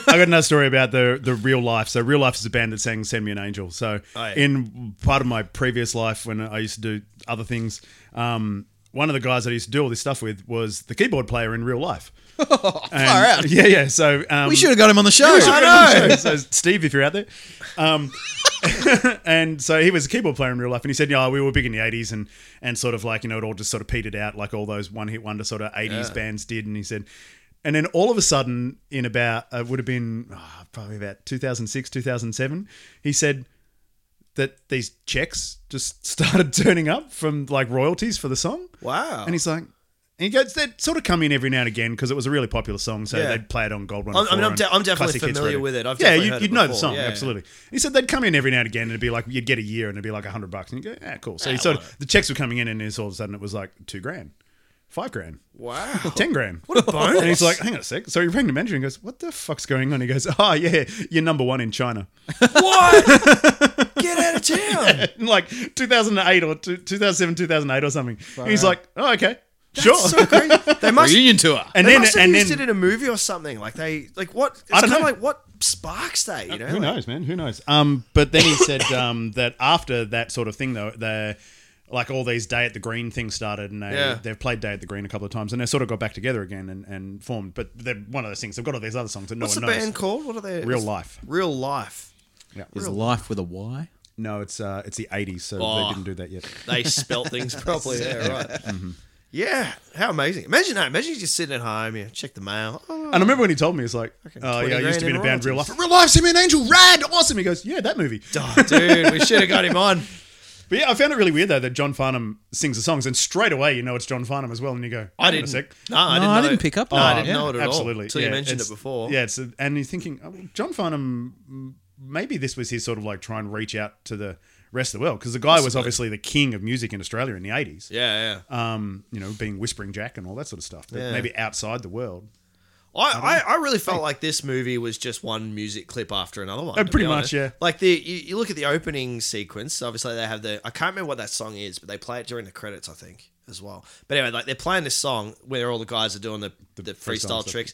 D: got another story about the the real life. So real life is a band that sang "Send Me an Angel." So
C: Oh, yeah.
D: in part of my previous life, when I used to do other things, um, one of the guys that I used to do all this stuff with was the keyboard player in real life. And-
B: far out.
D: Yeah, yeah. So um,
B: We should have got him on the show.
D: I know. so Steve, if you're out there. Um, and so he was a keyboard player in real life, and he said, "Yeah, we were big in the '80s, and and sort of like you know it all just sort of petered out, like all those one hit wonder sort of '80s bands did." And he said, and then all of a sudden, in about it would have been oh, probably about 2006, 2007, he said that these checks just started turning up from like royalties for the song.
C: Wow.
D: And he's like. And he goes, they'd sort of come in every now and again because it was a really popular song, so
C: Yeah.
D: they'd play it on Gold
C: I'm- I mean, I'm
D: on
C: de- I'm definitely
D: Classic Hits
C: familiar
D: Radio.
C: with it. I've
D: yeah,
C: definitely
D: you,
C: heard
D: you'd
C: it
D: know the
C: before,
D: song,
C: yeah.
D: absolutely. He said they'd come in every now and again, and it'd be like you'd get a year, and it'd be like hundred bucks, and you would go, yeah, cool. So he sort
C: uh,
D: of, the checks were coming in, and it's all of a sudden it was like two grand, five grand,
C: wow.
D: ten grand. What a bonus! And he's like, hang on a sec. So he rang the manager and goes, what the fuck's going on? He goes, oh yeah, you're number one in China.
C: What? Get out of town.
D: in like 2008 or two, 2007, 2008 or something. And he's like, oh okay, sure.
C: So great. They must.
B: Reunion tour.
D: and
C: they
D: then
C: must have
D: and
C: used
D: then
C: it in a movie or something. Like they, like what? It's
D: I don't
C: kind
D: know. Uh,
C: of like what sparks that, you know?
D: Who
C: Like,
D: knows, man? Who knows? Um, but then he said um, that after that sort of thing, though, the like all these Day at the Green things started, and they,
C: Yeah.
D: they've played Day at the Green a couple of times, and they sort of got back together again and, and formed. But they're one of those things. They've got all these other songs that no
C: What's
D: one
C: the
D: knows.
C: band called? What are they?
D: Real
C: what's-
D: Life.
C: Real life.
B: Is life with a Y?
D: No, it's uh, it's the '80s, so
C: Oh.
D: they didn't do that yet.
C: They spelt things properly. Yeah,
D: Mm-hmm.
C: right. Yeah, how amazing! Imagine that. Imagine you just sitting at home, you check the mail. Oh,
D: And I remember when he told me, it's like, oh,
C: 20
D: yeah, I used to be
C: grand
D: in a band
C: in
D: real life.
C: royalties.
D: Real life's him an angel, rad, awesome. He goes, yeah, that movie.
C: Oh, dude, we should have got him on.
D: But yeah, I found it really weird though that John Farnham sings the songs, and straight away you know it's John Farnham as well, and you go,
C: I
D: "Hang on a
C: didn't.
D: sec."
C: No, I
B: No,
C: didn't,
B: I
C: know
B: didn't
C: it.
B: pick up
C: No,
B: on
C: I
B: it,
C: didn't
B: yeah.
C: know it at all
D: Absolutely.
C: until you
D: yeah,
C: mentioned it
D: it's-
C: before.
D: Yeah, it's and you're thinking oh, John Farnham. mm, Maybe this was his sort of like try and reach out to the rest of the world because the guy was obviously the king of music in Australia in the eighties.
C: yeah, yeah.
D: Um, you know, being Whispering Jack and all that sort of stuff. But
C: Yeah.
D: maybe outside the world.
C: I, I, I really felt like this movie was just one music clip after another one.
D: Oh,
C: to be
D: pretty much,
C: honest.
D: yeah.
C: Like the you, you look at the opening sequence. Obviously, they have the I can't remember what that song is, but they play it during the credits, I think, as well. But anyway, like they're playing this song where all the guys are doing the the,
D: freestyle
C: freestyle,
D: stuff.
C: tricks,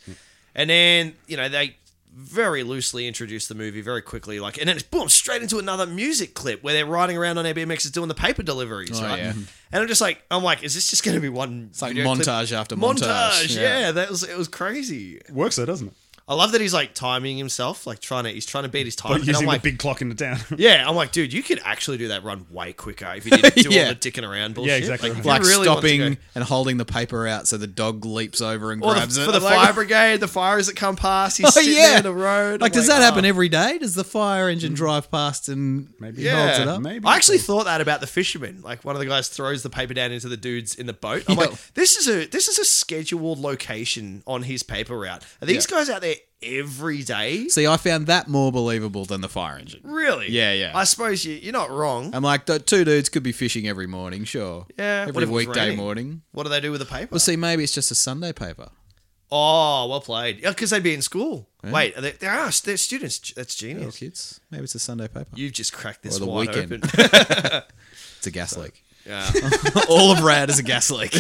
C: and then you know they very loosely introduce the movie very quickly, like, and then it's boom straight into another music clip where they're riding around on their BMXs doing the paper deliveries,
B: Oh,
C: right?
B: yeah.
C: And I'm just like, I'm like, is this just going to be one? It's
B: like montage after montage, yeah.
C: yeah, that was it was crazy.
D: Works though, doesn't it?
C: I love that he's like timing himself, like trying to he's trying to beat his time.
D: But
C: and I'm
D: using
C: like,
D: the big clock in the town.
C: yeah, I'm like, dude, you could actually do that run way quicker if you didn't do
B: Yeah.
C: all the dicking around bullshit.
D: exactly
C: Like, if
D: right.
C: you
B: like
C: really want to
B: stopping
C: go-
B: and holding the paper out so the dog leaps over and
C: Or the-
B: grabs it
C: for the
B: I'm like-
C: fire brigade, the fires that come past, he's
B: Oh
C: sitting there
B: yeah,
C: in the road.
B: Like,
C: I'm
B: does that happen
C: oh.
B: every day? Does the fire engine drive past and maybe
C: Mm. Yeah.
B: holds it up?
D: Maybe.
C: I actually thought that about the fisherman. Like one of the guys throws the paper down into the dudes in the boat. I'm
B: Yeah.
C: like, this is a this is a scheduled location on his paper route. Are these guys out there every day?
B: See, I found that more believable than the fire engine.
C: Really?
B: Yeah, yeah. Um,
C: I suppose you, you're not wrong.
B: I'm like, the two dudes could be fishing every morning, sure.
C: Yeah, what
B: Every
C: if it was
B: weekday
C: raining?
B: morning.
C: What do they do with the paper?
B: Well, see, maybe it's just a Sunday paper.
C: Oh, well played. Yeah, because they'd be in school. Wait, they, they are. They're students. That's
B: Little
C: genius.
B: kids. Maybe it's a Sunday paper.
C: You've just cracked this
B: Or the
C: wide
B: weekend.
C: open.
B: It's a gas leak.
C: yeah.
B: All of Rad is a gas leak.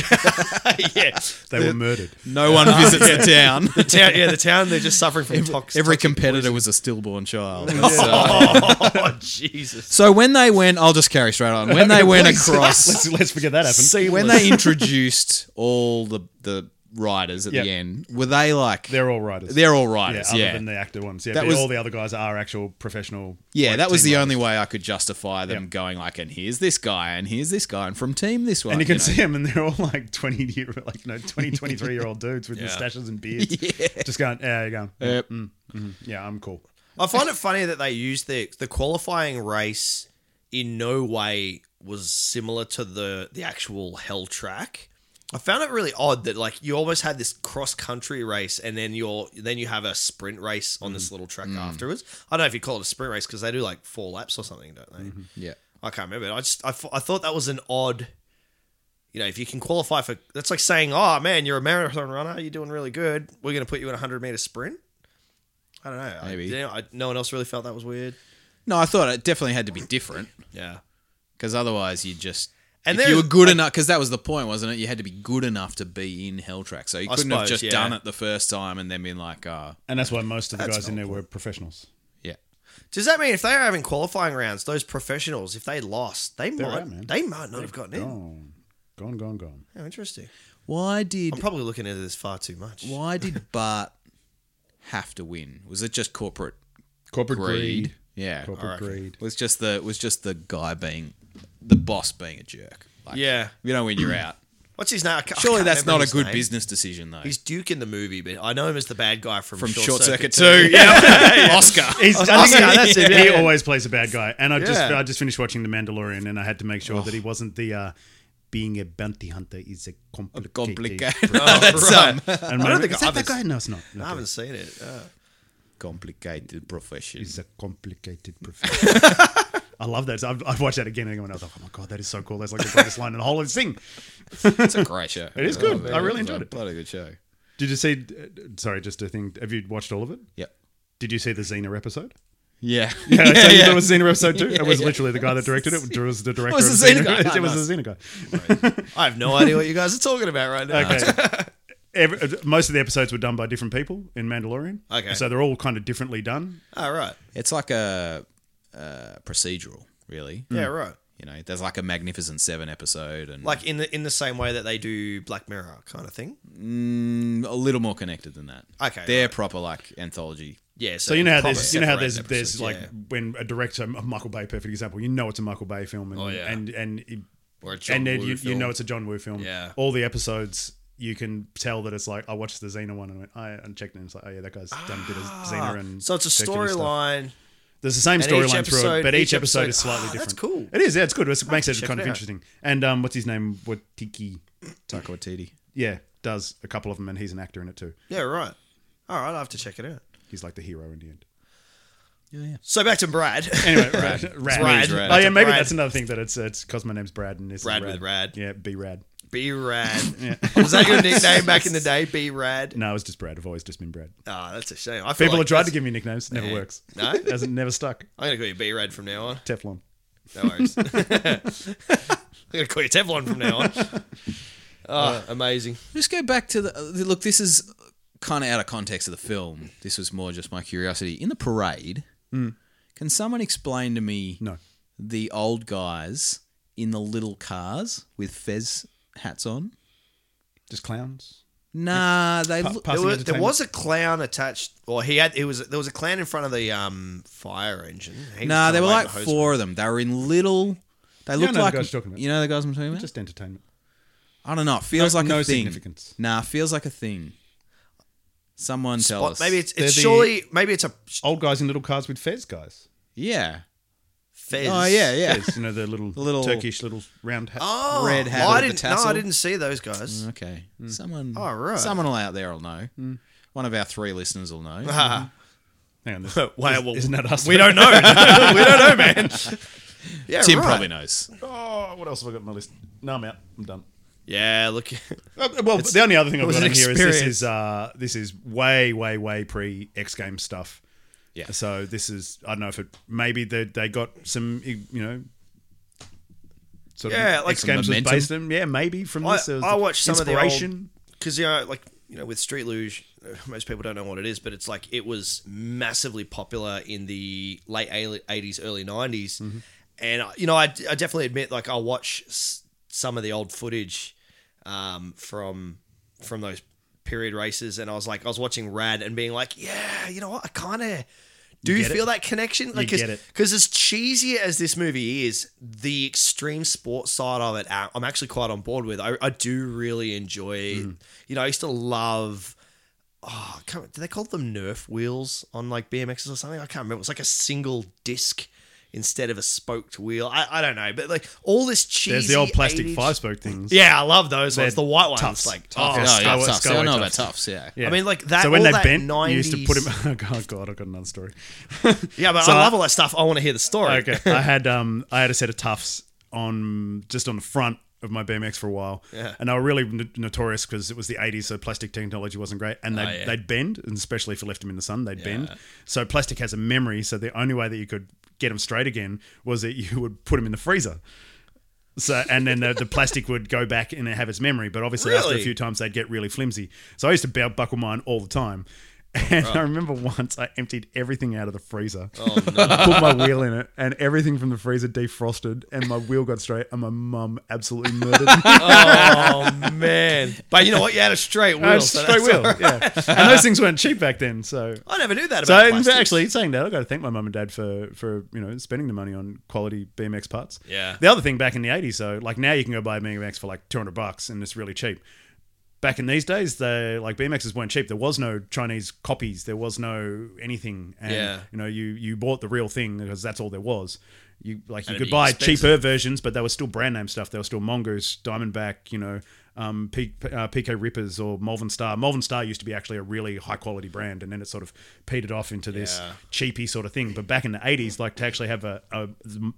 C: yeah.
D: They were murdered.
B: No one visits the town.
C: The town, yeah, the town, they're just suffering from toxic.
B: Every competitor was a stillborn child.
C: oh, Jesus.
B: So when they went, I'll just carry straight on. When they went across,
D: Let's, let's forget that happened.
B: when they introduced all the the riders at
D: Yeah.
B: the end, were they like
D: They're all writers.
B: they're all
D: yeah,
B: riders?
D: other
B: Yeah,
D: than the actor ones. Yeah,
B: That
D: but
B: was-
D: all the other guys are actual professional.
B: yeah.
D: like,
B: That was
D: team
B: the
D: riders.
B: only way I could justify them
D: Yeah.
B: going like, and here's this guy, and here's this guy, and from team this one.
D: And you can
B: know.
D: see them, and they're all like 20 year, like, no, 20, 23 year old dudes with mustaches and beards. Just going, yeah, you're going, mm,
B: Yep.
D: yeah, I'm cool.
C: I find it funny that they used the the qualifying race in no way was similar to the the actual hell track. I found it really odd that like you almost had this cross country race and then you're then you have a sprint race on this little track afterwards. I don't know if you call it a sprint race because they do like four laps or something, don't they?
B: yeah.
C: I can't remember. I just I, th- I thought that was an odd. You know, if you can qualify for that's like saying, "Oh man, you're a marathon runner. You're doing really good. We're going to put you in a hundred meter sprint." I don't know. I-
B: Maybe.
C: you know, I, no one else really felt that was weird.
B: No, I thought it definitely had to be different
C: Yeah.
B: because otherwise you just.
C: And
B: if
C: there-
B: you were good enough, because that was the point, wasn't it? You had to be good enough to be in Hell Track, so you
C: I
B: couldn't have
C: suppose,
B: just
C: yeah.
B: done it the first time and then been like, "Ah,
D: And that's why most of the guys in there were professionals.
B: yeah."
C: Does that mean if they are having qualifying rounds, those professionals, if they lost, they might
D: out, man.
C: they might not have gotten in.
D: Gone, gone, gone, gone.
C: How interesting.
B: Why did
C: I'm probably looking into this far too much.
B: Why did Bart have to win? Was it just corporate
D: Corporate
B: greed?
D: greed.
B: Yeah.
D: Corporate greed.
B: It was just the it was just the guy being the boss being a jerk. Like,
C: Yeah.
B: You know when you're out.
C: What's his name? I ca- I
B: Surely
C: can't
B: that's
C: remember
B: not a
C: his
B: good
C: name.
B: business decision though.
C: He's Duke in the movie, but I know him as the bad guy from,
B: from
C: Short,
B: Short Circuit,
C: Circuit,
B: Two. Yeah. Oscar.
D: He's, I
C: Oscar,
D: think he-
C: that's it,
D: he
C: yeah, yeah.
D: always plays a bad guy, and I just
C: Yeah.
D: I just finished watching The Mandalorian, and I had to make sure that he wasn't the uh, being a bounty hunter is a complicated.
B: Complicated.
C: Oh,
B: that's
C: right.
B: um,
D: And
C: I don't
D: my-
C: think
D: is
C: I've
D: that that
C: ever-
D: guy? No, it's not.
C: I
D: No,
C: haven't seen it. Uh,
B: complicated profession.
D: It's a complicated profession. I love that. So I've, I've watched that again, and I went, "Oh my god, that is so cool." That's like the greatest line in the whole thing.
B: It's a great show.
D: It is
B: I
D: good.
B: love
D: I really enjoyed
B: It's a
D: it.
B: Bloody good show.
D: Did you see? uh, Sorry, just a thing. Have you watched all of it?
B: Yep.
D: Did you see the Xena episode?
B: Yeah.
D: Yeah, so you thought it
B: yeah.
D: was Xena episode two. it was
B: yeah.
D: literally the guy that directed it. It was the director.
B: was
D: of
B: the Xena guy.
D: It,
B: Ah,
D: was the Xena guy.
C: I have no idea what you guys are talking about right now.
D: Okay. Every, uh, most of the episodes were done by different people in Mandalorian.
C: Okay.
D: So they're all kind of differently done.
C: All right.
B: It's like a uh, procedural, really.
D: Hmm.
C: Yeah, right.
B: You know, there's like a Magnificent Seven episode and
C: Like in the in the same way that they do Black Mirror kind of thing.
B: a little more connected than that.
C: Okay,
B: they're proper like anthology.
C: Yeah. So,
D: So you know how
C: proper
D: there's you know how
C: separate
D: there's
C: episodes,
D: there's like
C: yeah.
D: when a director, a Michael Bay, perfect example. You know it's a Michael Bay film, and
C: Oh, yeah.
D: and and
C: Or a John
D: and then
C: Woo
D: you, you
C: film.
D: know it's a John Woo film.
C: Yeah.
D: All the episodes you can tell that it's like I watched the Xena one and went I and checked it and it's like oh yeah that guy's done a bit of Xena and
C: Ah. So it's a
D: Hercules stuff.
C: storyline.
D: There's the same
C: And each
D: storyline through it,
C: episode-
D: but each,
C: each
D: episode, is
C: episode-
D: slightly
C: Ah,
D: different.
C: that's cool.
D: It is. Yeah, it's good. It makes it
C: check
D: kind
C: it
D: of
C: out.
D: interesting. And um, what's his name? Watiki.
B: Taika Waititi.
D: Yeah, does a couple of them, and he's an actor in it too.
C: Yeah, right. All right, I'll have to check it out.
D: He's like the hero in the end.
B: Yeah, yeah.
C: So back to Brad.
D: Anyway, Rad. Rad.
C: Rad.
D: Oh
C: It's
D: yeah,
C: a
D: maybe
C: Brad.
D: that's another thing that it's it's because my name's Brad and it's
C: Brad with Rad.
D: Yeah, be Rad.
C: Be Rad. Was that your nickname back in the day? Be Rad.
D: No, it's just Brad. I've always just been Brad.
C: Ah, that's a shame. I feel
D: People
C: like
D: have tried to
C: that's- Eh.
D: give me nicknames. It never works.
C: No?
D: it hasn't never stuck.
C: I'm gonna call you B Rad from now on.
D: Teflon.
C: No worries. I'm gonna call you Teflon from now on. Oh, amazing.
B: Just go back to the uh, look. This is kind of out of context of the film. This was more just my curiosity. In the parade, can someone explain to me
D: Mm. No.
B: the old guys in the little cars with fez hats on?
D: Just clowns.
B: Nah, they look.
D: Passing
C: There was, there
D: entertainment.
C: was a clown attached, or he had. It was there was a clown in front of the um fire engine. He was
B: Nah,
C: kinda
B: they were
C: waving
B: like
C: the hose
B: four of them. They were in little. They
D: Yeah, I
B: looked
D: know the
B: like
D: guys you're talking about.
B: you know the guys I'm talking about.
D: just entertainment.
B: I don't know. It feels
D: No-
B: like
D: no
B: a thing.
D: significance.
B: Nah, feels like a thing. Someone tell
C: Spot-
B: us.
C: Maybe it's,
D: They're
C: it's
D: the-
C: surely maybe it's a
B: Oh,
D: Old guys in little cars with fez guys.
B: yeah.
C: fez.
B: Oh yeah, yeah.
D: Fez, you know the little,
B: little-
D: Turkish little round hat.
C: Oh,
B: Red hat
C: well,
B: with
C: I
B: the
C: didn't. No,
B: tassel.
C: I didn't see those guys.
B: Okay. Someone.
C: Oh, right. Hmm.
B: Someone will out there will know. One of our three listeners will know.
C: Ah,
D: Hang on, this,
C: Wow, well,
D: isn't that us?
C: we don't know. we don't know, man. Yeah,
B: Tim
C: right.
B: probably knows.
D: Oh, what else have I got on my list? No, I'm out. I'm done.
C: Yeah, look.
D: Uh, Well, the only other thing
C: it
D: I've
C: was
D: got
C: an
D: on here is this
C: experience.
D: is uh, this is way, way, way pre X Games stuff.
B: Yeah.
D: So this is I don't know if it maybe they they got some you know. Sort
C: Yeah, like
D: X
B: some
D: Games was
B: momentum.
D: based on yeah maybe from
C: I-
D: this there was
C: I watched some of the old-
D: inspiration.
C: because you know, like you know, with Street Luge, uh, most people don't know what it is, but it's like it was massively popular in the late eighties, early 90s
B: Mm-hmm.
C: and uh, you know, I, I definitely admit, like I watch s- some of the old footage um, from from those period races, and I was like, I was watching Rad and being like, yeah, you know what, I kind of. Do you
D: get it?
C: feel that connection? Like,
D: get it.
C: because as cheesy as this movie is, the extreme sports side of it, uh, I'm actually quite on board with. I, I do really enjoy.
D: Mm-hmm.
C: You know, I used to love. Oh, I can't, do they call them Nerf wheels on like BMXs or something? I can't remember. It was like a single disc instead of a spoked wheel. I, I don't know, but like all this cheesy.
D: There's the old plastic
C: 80s
D: five spoke things.
C: Yeah, I love those ones. The white ones,
D: Tufts.
C: like
D: Tufts.
C: oh,
D: Yeah.
B: Oh, yeah,
D: Skyway-
B: Tufts. Yeah, I
D: Skyway
B: know about
D: Tufts.
B: Tufts. Yeah.
D: Yeah.
C: I mean, like that-
D: So when
C: all
D: they
C: that
D: bent, you used to put
C: 90s
D: him. Oh god, I got another story.
C: oh, yeah, but
D: So
C: I
D: I-
C: love all that stuff. I want to hear the story.
D: Okay, I had um, I had a set of tufts on just on the front of my BMX for a while,
C: Yeah.
D: and they were really no- notorious because it was the '80s, so plastic technology wasn't great, and they'd,
C: Oh, yeah.
D: they'd bend, and especially if you left them in the sun, they'd bend. So plastic has a memory, so the only way that you could get them straight again was that you would put them in the freezer. So and then the, the plastic would go back and have its memory, but obviously after a
C: Really?
D: few times they'd get really flimsy. So I used to bu- buckle mine all the time. And I remember once I emptied everything out of the freezer.
C: Oh,
D: I put my wheel in it, and everything from the freezer defrosted, and my wheel got straight, and my mum absolutely murdered me.
C: oh man! But you know what? You had a straight wheel.
D: I had
C: so
D: straight
C: that's
D: wheel, yeah. And those things weren't cheap back then, so.
C: I never knew that
D: So
C: about
D: and
C: plastics.
D: actually, saying that, I've got to thank my mum and dad for for you know spending the money on quality BMX parts.
C: Yeah.
D: The other thing back in the '80s, though, like now you can go buy a BMX for like 200 bucks, and it's really cheap. Back in these days, the like BMXs weren't cheap. There was no Chinese copies. There was no anything. And,
C: Yeah.
D: You know, you you bought the real thing because that's all there was. You like you
C: And
D: could
C: it'd be
D: buy
C: expensive.
D: cheaper versions, but they were still brand name stuff. They were still Mongoose, Diamondback, you know, um, P- uh, PK Rippers or Malvern Star. Malvern Star used to be actually a really high quality brand, and then it sort of petered off into this
C: Yeah.
D: cheapy sort of thing. But back in the '80s, like to actually have a, a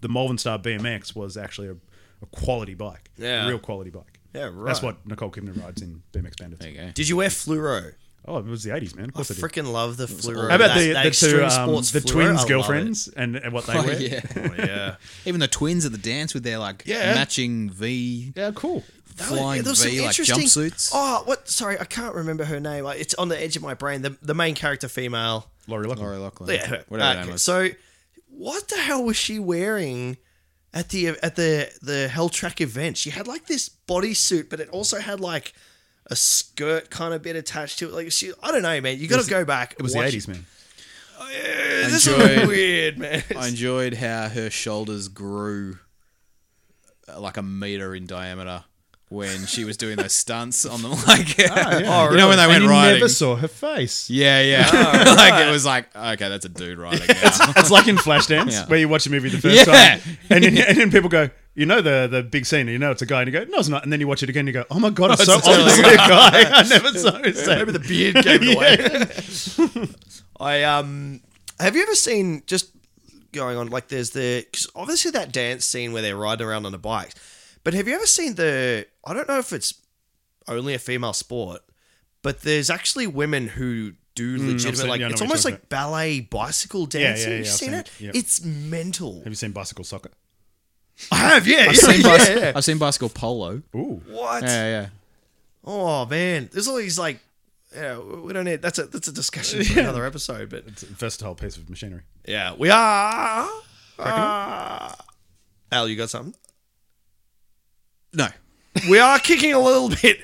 D: the Malvern Star BMX was actually a, a quality bike,
C: Yeah.
D: a real quality bike.
C: Yeah, right.
D: That's what Nicole Kidman rides in BMX Bandits.
B: There you go.
C: did you wear fluoro?
D: Oh, it was the '80s, man. Of
C: I
D: course I, did.
C: freaking love the fluoro.
D: How about
C: That-
D: the,
C: that
D: the two
C: extreme
D: um,
C: sports
D: the
C: fluoro, I
D: twins
C: love it.
D: girlfriends and, and what they
B: Oh,
D: wear?
B: yeah.
C: Oh, yeah.
B: Even the twins at the dance with their like
D: Yeah.
B: matching V
D: yeah, cool.
B: flying
C: There was some
B: V like
C: interesting-
B: jumpsuits.
C: Oh, what? Sorry, I can't remember her name. Like, It's on the edge of my brain. The, the main character, female.
D: Laurie Loughlin.
B: Laurie Loughlin.
C: Yeah, her-
B: Whatever
C: uh, okay,
B: that was.
C: So, what the hell was she wearing at the at the the Hell Track event? She had like this bodysuit, but it also had like a skirt kind of bit attached to it. Like she, I don't know, man. You got to go back.
D: It was
C: watch
D: the '80s, man.
C: Yeah, this
B: Enjoy.
C: is weird, man.
B: I enjoyed how her shoulders grew uh, like a meter in diameter when she was doing those stunts on them, like
D: Ah, yeah.
C: Oh,
B: you know when they
D: Oh, and
B: went
D: you
B: riding.
D: never saw her face.
B: yeah, yeah.
C: Oh,
B: like it was like okay, that's a dude riding. now.
D: It's like in Flashdance
B: Yeah.
D: where you watch a movie the first
B: Yeah.
D: time, and then, and then people go, "You know the the big scene, you know it's a guy," and you go, "No, it's not," and then you watch it again, and you go, "Oh my god, it's so
B: it's totally
D: obviously a guy. I never saw his
C: Remember the beard gave it away. I um, have you ever seen just going on like there's the cause obviously that dance scene where they're riding around on the bikes, but have you ever seen the? I don't know if it's only a female sport, but there's actually women who do legitimate
D: Mm, seen-
C: like
D: yeah, I know
C: it's
D: what you're
C: almost
D: talking
C: like ballet bicycle dancing.
D: yeah,
C: You've
D: yeah, I've
C: seen,
D: seen
C: it?
D: it, yep.
C: It's mental.
D: Have you seen Bicycle Soccer?
C: I have, yeah.
B: I've seen bas- I've seen bicycle polo.
D: Ooh,
C: What?
B: Yeah, yeah.
C: Oh man, there's all these like. Yeah, we don't need that's a that's a discussion for another episode, but
D: it's a versatile piece of machinery.
C: Yeah, we are. Uh, Al, you got something?
B: No,
C: We are kicking a little bit.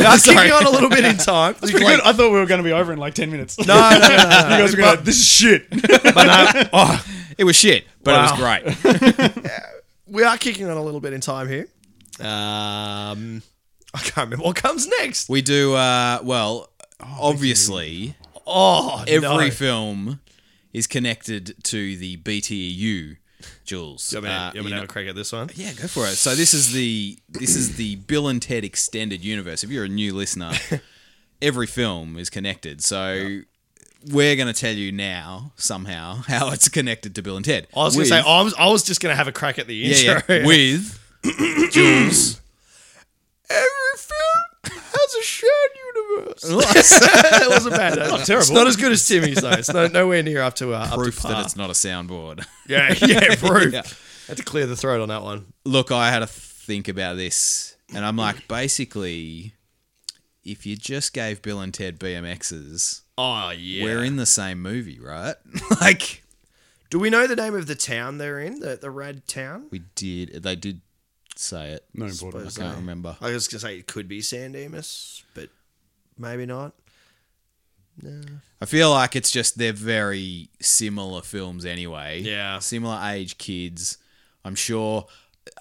C: We are kicking on a little bit in time.
D: Pretty good. I thought we were going to be over in like ten minutes.
C: No, no, no, no.
D: you guys were going, "This is shit."
B: it was shit, but
C: Wow.
B: it was great.
C: We are kicking on a little bit in time here. Um, I can't remember what comes next.
B: we do uh, well.
D: Oh,
B: obviously,
C: Oh,
B: every
C: no.
B: film is connected to the BTEU, Jules.
C: You want me to-
B: Uh,
C: you want me to have a crack at this one?
B: Yeah, go for it. So this is the this is the Bill and Ted extended universe. If you're a new listener, every film is connected. So we're going to tell you now somehow how it's connected to Bill and Ted.
C: I was going
B: With-
C: to say, I was, I was just going to have a crack at the intro.
B: yeah, yeah, with Jules.
C: Every film has a shared universe. that wasn't bad. Not
D: terrible.
C: It's not as good as Timmy's though. It's no, nowhere near up to uh,
B: Proof
C: Up to par.
B: that it's not a soundboard.
C: Yeah, yeah, proof.
B: Yeah.
C: Had to clear the throat on that one.
B: Look, I had to think about this, and I'm like, basically, if you just gave Bill and Ted BMXs,
C: Oh yeah.
B: we're in the same movie, right? like.
C: Do we know the name of the town they're in? The the rad town?
B: We did. They did say it.
D: No important.
B: I can't remember.
C: I was gonna say it could be San Dimas, but maybe not.
B: I feel like it's just they're very similar films anyway.
C: Yeah.
B: Similar age kids. I'm sure.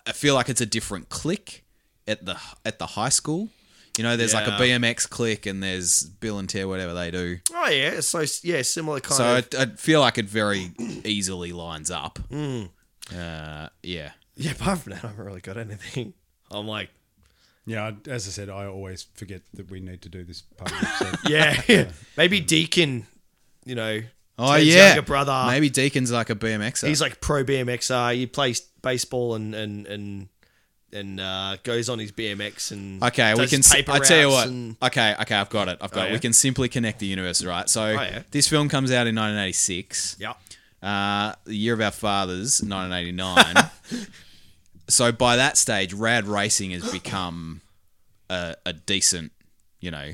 B: I feel like it's a different clique at the at the high school. You know, there's like
C: Yeah.
B: a BMX clique and there's Bill and Ted, whatever they do.
C: Oh yeah, so yeah, similar kind
B: So
C: of.
B: I, I feel like it very easily lines up.
C: Hmm.
B: Uh, yeah.
C: yeah, apart from that, I haven't really got anything. I'm like,
D: Yeah, I- as I said, I always forget that we need to do this part. Of the episode.
C: yeah, yeah. maybe Deacon. You know,
B: Oh
C: Ted's
B: yeah.
C: younger brother.
B: Maybe Deacon's like a BMXer.
C: he's like pro BMXer. He plays baseball and and and and uh, goes on his BMX and
B: Okay, we
C: does
B: can.
C: his
B: s-
C: paper
B: I tell you
C: routes
B: what.
C: and-
B: Okay, okay, I've got it. I've got
C: Oh,
B: it.
C: yeah? Oh,
B: We can simply connect the universe, right? So
C: yeah.
B: this film comes out in 1986,
C: yeah.
B: uh, the year of our fathers, 1989. so by that stage, Rad Racing has become a, a decent, you know,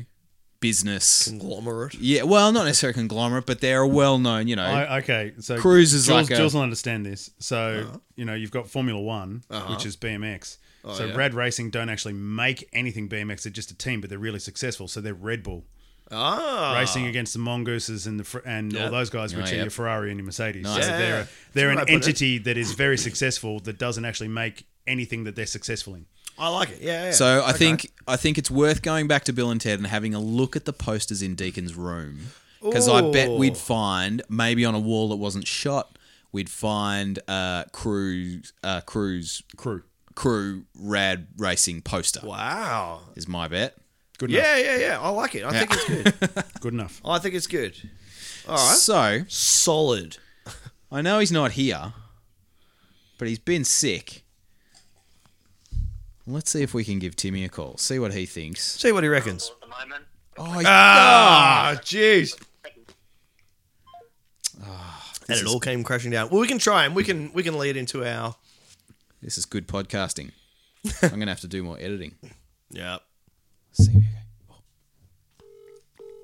B: business.
C: Conglomerate.
B: Yeah, well, not necessarily conglomerate, but they're a well-known, you know.
D: I, okay, so
B: Cruise is
D: Jules,
B: like a-
D: Jules will understand this. So you know, you've got Formula One, which is BMX. so Rad Racing don't actually make anything BMX. They're just a team, but they're really successful. So they're Red Bull
C: Ah,
D: racing against the Mongooses and the Fer- and all those guys, which
B: yeah.
D: are your Ferrari and your Mercedes.
B: Nice.
D: So
C: Yeah, yeah.
D: they're they're
C: That's
D: an
C: right, but it-
D: entity that is very successful that doesn't actually make anything that they're successful in.
C: I like it. Yeah. yeah.
B: so I think I think it's worth going back to Bill and Ted and having a look at the posters in Deacon's room because I bet
C: Ooh.
B: we'd find maybe on a wall that wasn't shot we'd find uh, cruise uh, cruise
D: Crew.
B: crew rad racing poster
C: Wow.
B: is my bet.
D: Good enough.
C: Yeah, yeah, yeah. I like it. I think it's good.
D: Good enough.
C: I think it's good. All right.
B: So
C: Solid.
B: I know he's not here, but he's been sick. Let's see if we can give Timmy a call. See what he thinks.
C: See what he reckons.
F: at the moment.
B: Oh,
C: Ah, jeez. And
B: Ah,
C: it
B: is-
C: all came crashing down. Well, we can try and we can we can lead into our
B: This is good podcasting. I'm gonna have to do more editing.
C: yeah.
B: See,
C: Do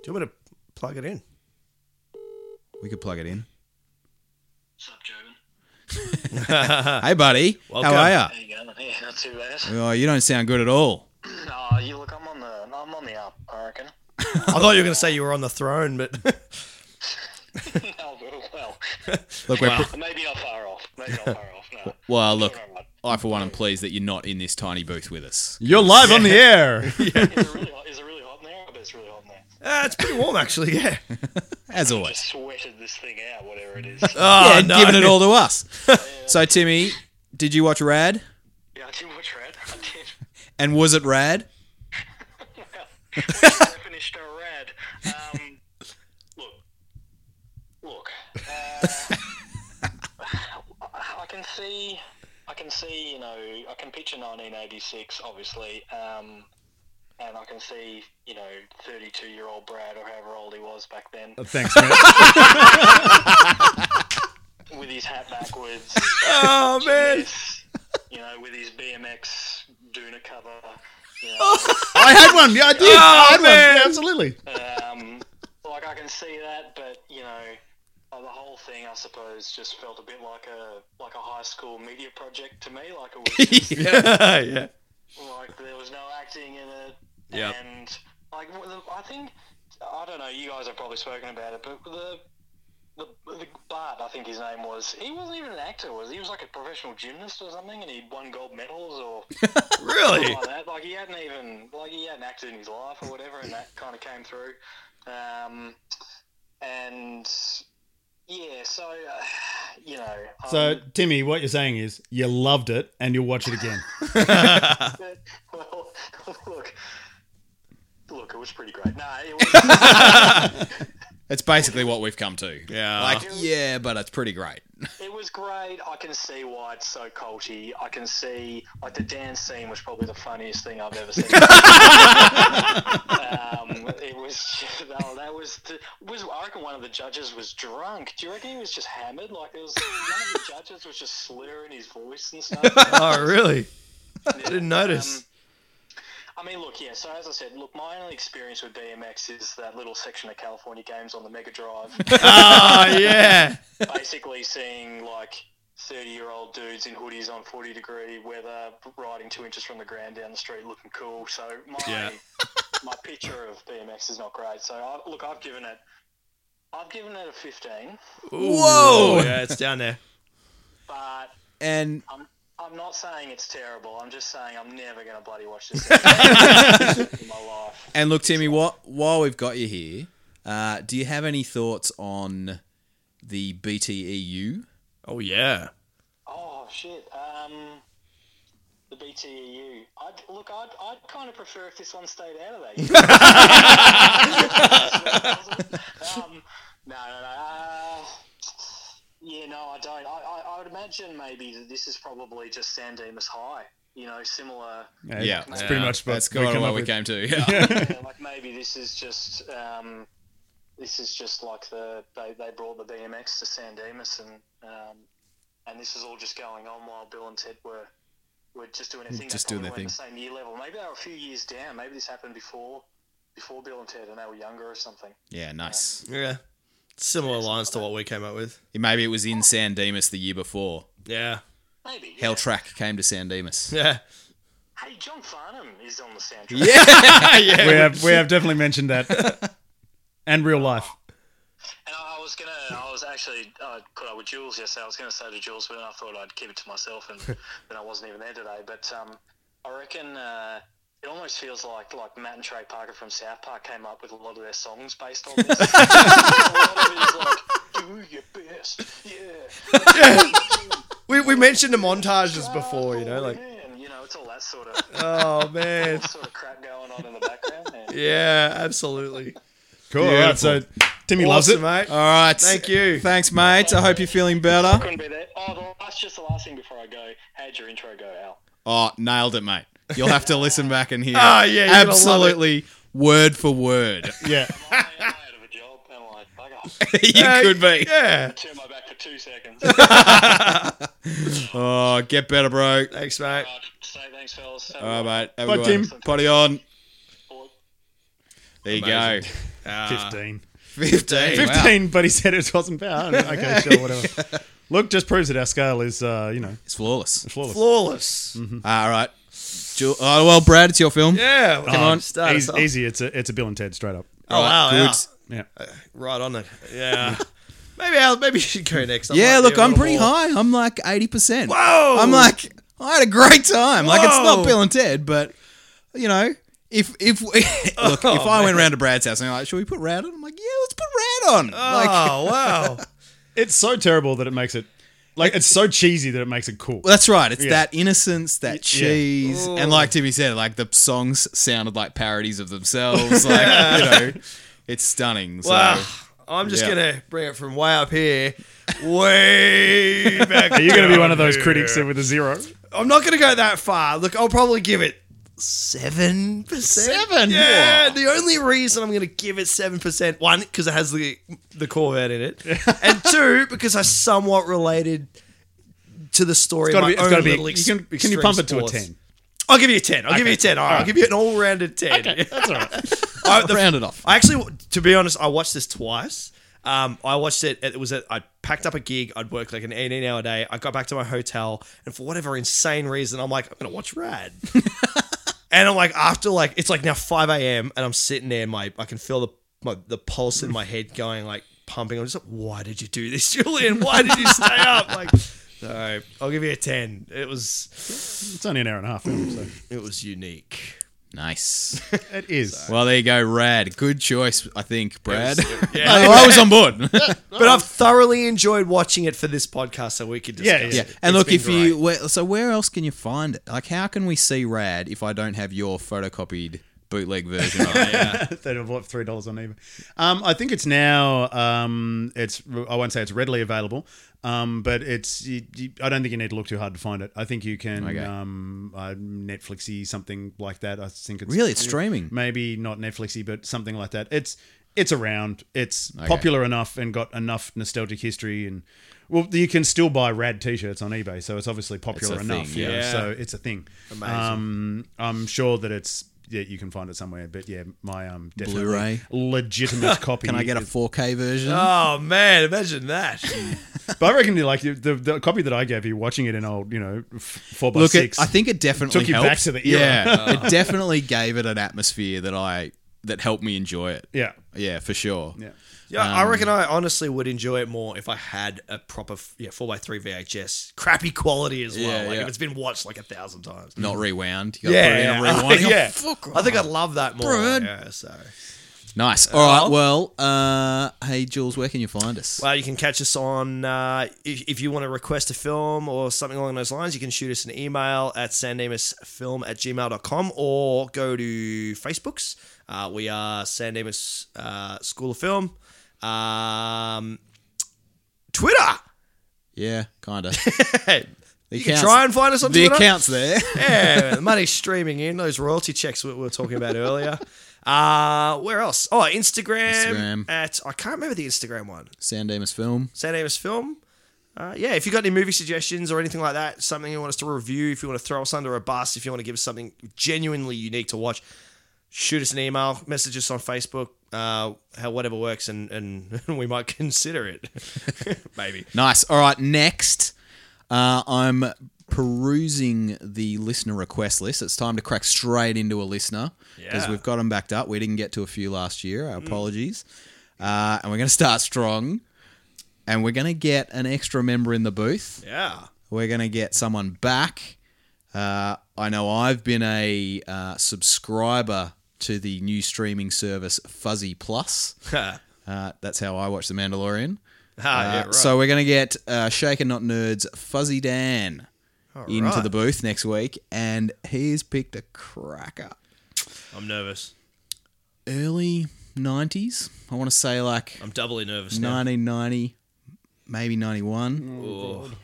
C: you want me to plug it in?
B: we could plug it in.
F: What's up, Jovan?
B: Hey, buddy,
C: Uh, Welcome.
B: how are
F: There you go. Yeah, not too bad.
B: you? Oh, you don't sound good at all.
F: Oh, you look. I'm on the. I'm on the up. I reckon.
C: I thought you were going to say you were on the throne, but
F: oh well.
B: Look, we're
F: Oh, Maybe not far off. Maybe not far off. No.
B: well. Look,
F: Alright.
B: I, for one, am pleased that you're not in this tiny booth with us.
D: You're live on the air.
F: Is it really hot? Is it really hot in there? I bet it's really hot in there.
C: Uh, it's pretty warm, actually. Yeah.
B: As
F: I
B: always.
F: just sweated this thing out, whatever it is.
C: Oh,
B: yeah,
C: no.
B: giving it all to us. so, Timmy, did you watch Rad?
F: yeah, I did watch Rad. I did.
B: And was it Rad?
F: I finished a Rad. Um, look. Look. Uh, I can see. I can see, you know, I can picture 1986, obviously, um, and I can see, you know, 32-year-old Brad or however old he was back then,
D: Thanks, man.
F: with his hat backwards,
C: Oh man.
F: Yes. you know, with his BMX Duna cover. You know,
D: I had one. Yeah, I did. I had one. Yeah, absolutely.
F: um, like I can see that, but you know, uh, the whole thing I suppose just felt a bit like a like a high school media project to me. Like it was just,
C: yeah.
F: like there was no acting in it,
C: Yeah.
F: and like w- the- I think I don't know. You guys have probably spoken about it, but the. The, the Bart, I think his name was. He wasn't even an actor, was he? He was like a professional gymnast or something, and he won gold medals or
C: Really?
F: like Oh, that. Like he hadn't even like he hadn't acted in his life or whatever, and that kind of came through. Um, and yeah, so uh, you know,
D: So,
F: um,
D: Timmy, what you're saying is you loved it and you'll watch it again.
F: well, look, look, it was pretty great. No, it was.
B: That's basically what we've come to.
C: Yeah.
B: Like, yeah, but it's pretty great.
F: It was great. I can see why it's so culty. I can see like the dance scene was probably the funniest thing I've ever seen. um, it was oh, that was the, was I reckon one of the judges was drunk. Do you reckon he was just hammered? Like there was one of the judges was just slurring his voice and stuff. Um,
C: Oh really? Didn't notice.
F: I mean, look, yeah. So as I said, look, my only experience with BMX is that little section of California games on the Mega Drive.
C: Oh yeah.
F: basically seeing like 30 year old dudes in hoodies on 40 degree weather riding two inches from the ground down the street looking cool. So my
C: Yeah.
F: my picture of BMX is not great. So I, look, I've given it. I've given it a 15,
C: Whoa. Oh, Yeah, it's down there.
F: but
B: And
F: I'm I'm not saying it's terrible. I'm just saying I'm never going to bloody watch this thing in my life.
B: and look, Timmy, what, while we've got you here, uh, do you have any thoughts on the E BTEU?
C: Oh yeah.
F: Oh shit. Um, the BTEU. I'd, look, I'd, I'd kind of prefer if this one stayed out of that. um, no, no, no. Uh, yeah, no, I don't. I, I, I would imagine maybe that this is probably just San Dimas High. You know, similar.
B: Yeah,
D: it's pretty much what
B: That's
D: we
B: kind of
D: come
B: what
D: up
B: we
D: with.
B: came to. Yeah.
F: Yeah, like maybe this is just um, this is just like the they, they brought the BMX to San Dimas and um, and this is all just going on while Bill and Ted were were just doing their thing. They
B: Mm, Just doing
F: probably
B: their
F: weren't The same year level. Maybe they were a few years down. Maybe this happened before before Bill and Ted and they were younger or something.
B: yeah, nice.
C: Yeah. Similar lines to what we came up with.
B: Maybe it was in San Dimas the year before.
C: Yeah.
F: Maybe. yeah.
B: Hell Track came to San Dimas.
C: Yeah.
F: Hey, John Farnham is on the soundtrack.
C: yeah.
D: We have, we have definitely mentioned that. And real life.
F: And I I was gonna, I was actually uh, caught up with Jules yesterday. I was gonna say to Jules, but then I thought I'd keep it to myself, and then I wasn't even there today. But um, I reckon uh, it almost feels like like Matt and Trey Parker from South Park came up with a lot of their songs based on this. a lot of it is like, do your best, yeah.
C: We, we mentioned the montages before, you know,
F: Oh,
C: like
F: man. you know, it's all that sort of
C: oh man.
F: sort of crap going on in the background. And,
C: Yeah, absolutely.
D: Cool. All right. So, Timmy loves it.
C: awesome, mate.
B: All right.
C: Thank you.
B: Thanks, mate. I hope you're feeling better.
F: Couldn't be there. Oh, the last, just the last thing before I go. How'd your intro go, Al?
B: Oh, nailed it, mate. You'll have to listen back and hear.
C: Oh, yeah, you're gonna love it.
B: absolutely word for word.
D: Yeah.
F: Am I am I out of a job? Am I bugger?
B: you
C: Hey,
B: could be.
C: Yeah.
F: Turn my back for two seconds.
B: Oh, get better, bro.
C: Thanks, mate.
F: God, say thanks, fellas. Have a
B: All
F: good
B: right, mate. Have
D: Bye,
B: a good
D: Tim.
B: one. Potty on.
F: one.
B: There you
C: Amazing.
B: go.
D: 15.
B: 15.
D: 15, but he said it wasn't bad. Okay, sure, whatever. Look, just proves that our scale is, uh, you know,
B: It's flawless.
D: flawless.
C: Flawless.
B: All right. Ju- oh, well, Brad, it's your film.
C: Yeah. Come
D: Um,
C: Start us
D: easy,
C: off.
D: easy. It's a it's a Bill and Ted straight up.
C: Oh, wow.
B: Good.
C: yeah.
D: Yeah.
C: Right on it. Yeah. maybe I'll, maybe you should go next. I
B: Yeah,
C: might be
B: look,
C: a
B: I'm
C: little
B: pretty
C: more-
B: high. I'm like 80%.
C: Whoa.
B: I'm like, I had a great time. Like it's
C: Whoa.
B: not Bill and Ted, but you know, if if look, if
C: Oh,
B: I went round to Brad's house and they're like, should we put Rad on? I'm like, yeah, let's put Rad on. Like
C: oh wow!
D: It's so terrible that it makes it like it's so cheesy that it makes it cool.
B: well, that's right. It's
D: Yeah.
B: that innocence, that cheese, and like Timmy said, like the songs sounded like parodies of themselves. Like you know, it's stunning. So.
C: Wow. I'm just
B: Yeah.
C: gonna bring it from way up here, way back.
D: Are you going to be one of those critics with a zero?
C: I'm not gonna go that far. Look, I'll probably give it seven percent.
B: Seven?
C: Yeah.
B: Wow.
C: The only reason I'm gonna give it seven percent one because it has the the Corvette in it, and two because I somewhat related to the story.
D: It's got
C: of
D: to be.
C: my
D: It's
C: own
D: got to be.
C: little
D: You can, can you
C: extreme
D: pump it to a
C: sports.
D: ten?
C: I'll give you a ten. I'll give you a ten. All right. I'll
D: Okay.
C: give you an all-rounded ten.
D: That's all right.
C: I, the-
B: Round it off.
C: I actually, to be honest, I watched this twice. Um, I watched it. It was at, I packed up a gig. I'd worked like an 18 hour day. I got back to my hotel, and for whatever insane reason, I'm like, I'm gonna watch Rad. and I'm like, after like, it's like now 5 a.m. and I'm sitting there. My I can feel the my, the pulse in my head going like pumping. I'm just like, why did you do this, Julian? Why did you stay up? Like, so I'll give you a 10. It was
D: It's only an hour and a half. So.
C: it was unique.
B: Nice.
D: It is.
B: Well, there you go, Rad. Good choice, I think, Brad.
C: yeah.
B: I, I was on board. yeah,
C: But I've thoroughly enjoyed watching it for this podcast, so we could discuss.
D: Yeah,
C: it.
D: yeah.
B: and
C: It's
B: look,
C: been
B: if you where, so, where else can you find it? Like, how can we see Rad if I don't have your photocopied bootleg version? of it?
D: That'll be three dollars on eBay. Um, I think it's now. Um, it's I won't say it's readily available, um, but it's. You, you, I don't think you need to look too hard to find it. I think you can.
B: Okay.
D: Um, uh, Netflixy something like that. I think it's
B: Really, it's streaming.
D: maybe not Netflixy, but something like that. It's it's around. It's
B: Okay.
D: popular enough and got enough nostalgic history and well, you can still buy rad T-shirts on eBay, so it's obviously popular
B: It's a
D: enough.
B: thing,
D: you know,
C: yeah.
D: so it's a thing. Amazing. Um, I'm sure that it's yeah, you can find it somewhere. But yeah, my um, definitely
B: Blu-ray.
D: legitimate copy.
B: Can I get a 4K version?
C: Oh man, imagine that.
D: But I reckon you like the, the, the copy that I gave you, watching it in old, you know, f- four by
B: look, it,
D: six.
B: I think it definitely
D: Took you
B: helped.
D: back to the era. Oh.
B: Yeah, it definitely gave it an atmosphere that I that helped me enjoy it.
D: yeah,
B: yeah, for sure.
D: yeah.
C: Yeah, I reckon I honestly would enjoy it more if I had a proper f- yeah four x three VHS, crappy quality as well.
B: Yeah,
C: like
B: yeah.
C: if it's been watched like a thousand times.
B: Not rewound. You gotta put it in
C: Yeah,
B: a
C: yeah.
B: rewind. Oh,
C: yeah.
B: Fuck
C: I think I'd love that more.
B: Brad.
C: Yeah, so
B: Nice. All right. Well, uh, hey Jules, where can you find us?
C: well, you can catch us on uh, if, if you want to request a film or something along those lines. You can shoot us an email at sandemusfilm at gmail.com or go to Facebooks. Uh, we are Sandemus uh, School of Film. Um, Twitter.
B: yeah, kind of.
C: Hey,
B: The
C: you can
B: accounts-
C: try and find us on
B: the
C: Twitter.
B: account's there.
C: Yeah, the money's streaming in. Those royalty checks we we were talking about earlier. Uh, where else? Oh, Instagram,
B: Instagram.
C: at I can't remember the Instagram one.
B: Sandemus Film.
C: San Amos Film. Uh, yeah, if you got any movie suggestions or anything like that, something you want us to review, if you want to throw us under a bus, if you want to give us something genuinely unique to watch, shoot us an email, message us on Facebook, uh, how whatever works, and, and we might consider it. Maybe.
B: Nice. All right. Next, uh, I'm perusing the listener request list. It's time to crack straight into a listener because
C: Yeah.
B: we've got them backed up. We didn't get to a few last year. Our apologies. Uh, and we're going to start strong. And we're going to get an extra member in the booth.
C: Yeah.
B: We're going to get someone back. Uh, I know I've been a uh, subscriber to the new streaming service Fuzzy Plus.
C: ah,
B: Uh, that's how I watch The Mandalorian.
C: yeah
B: Uh,
C: right.
B: So we're going to get uh, Shaken Not Nerds Fuzzy Dan into
C: right.
B: the booth next week, and he's picked a cracker.
C: I'm nervous.
B: Early 90s. I want to say like
C: I'm doubly nervous now.
B: 1990, maybe 91.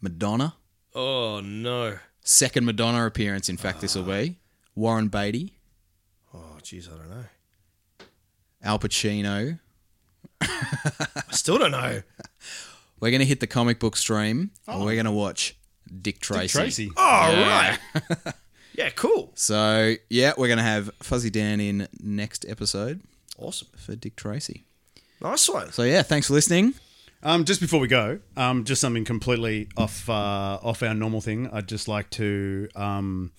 B: Madonna.
C: Oh no!
B: Second Madonna appearance, in fact, this will be. Warren Beatty,
C: Oh jeez, I don't know.
B: Al Pacino.
C: I still don't know.
B: We're going to hit the comic book stream,
C: Oh.
B: and we're going to watch Dick Tracy.
D: Tracy.
C: All right. yeah. cool.
B: So, yeah, we're going to have Fuzzy Dan in next episode
C: Awesome.
B: for Dick Tracy.
C: Nice one.
B: So yeah, thanks for listening.
D: Um, just before we go, um, just something completely off uh, off our normal thing. I'd just like to um,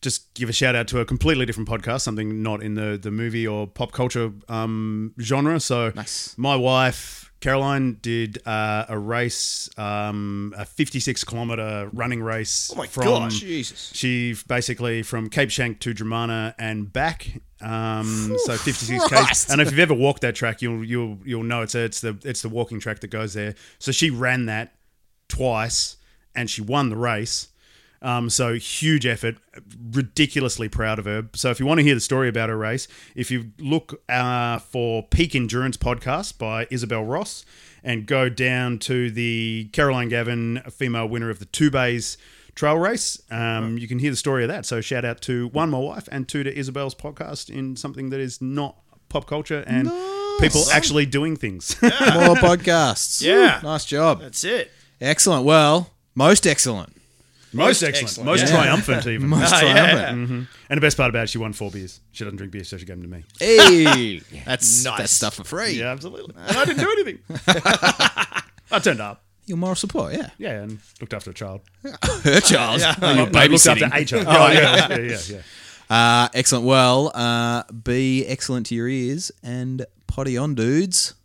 D: just give a shout out to a completely different podcast, something not in the the movie or pop culture um, genre. So,
B: Nice.
D: my wife Caroline did uh, a race, um, a 56 kilometer running race.
C: Oh my
D: from,
C: gosh.
G: Jesus.
D: She basically from Cape Shank to Dramana and back. Um, so 56 k's. And if you've ever walked that track, you'll you'll you'll know it's a, it's the it's the walking track that goes there. So she ran that twice and she won the race. Um, so huge effort, ridiculously proud of her. So if you want to hear the story about her race, if you look uh, for Peak Endurance podcast by Isabel Ross, and go down to the Caroline Gavin, female winner of the Two Bays Trail Race, um, you can hear the story of that. So shout out to one my wife and two to Isabel's podcast in something that is not pop culture and people actually doing things.
B: More podcasts.
C: Yeah.
B: Nice job.
C: That's it.
B: Excellent. Well, most excellent.
D: most excellent,
C: excellent.
D: most
C: Yeah.
D: triumphant even.
B: Most triumphant.
D: And the best part about it, she won four beers. She doesn't drink beer, so she gave them to me.
B: Hey, that's
C: Nice.
B: that's stuff for free.
D: Yeah, absolutely. And I didn't do anything. I turned up.
B: Your moral support, yeah. Uh,
D: Yeah, and looked after a child.
B: Her child.
D: No,
B: Oh, You're
D: no, looked after
B: babysitting.
D: a child. Oh, yeah, yeah, yeah, yeah.
B: Uh, excellent. Well, uh, be excellent to your ears and potty on, dudes.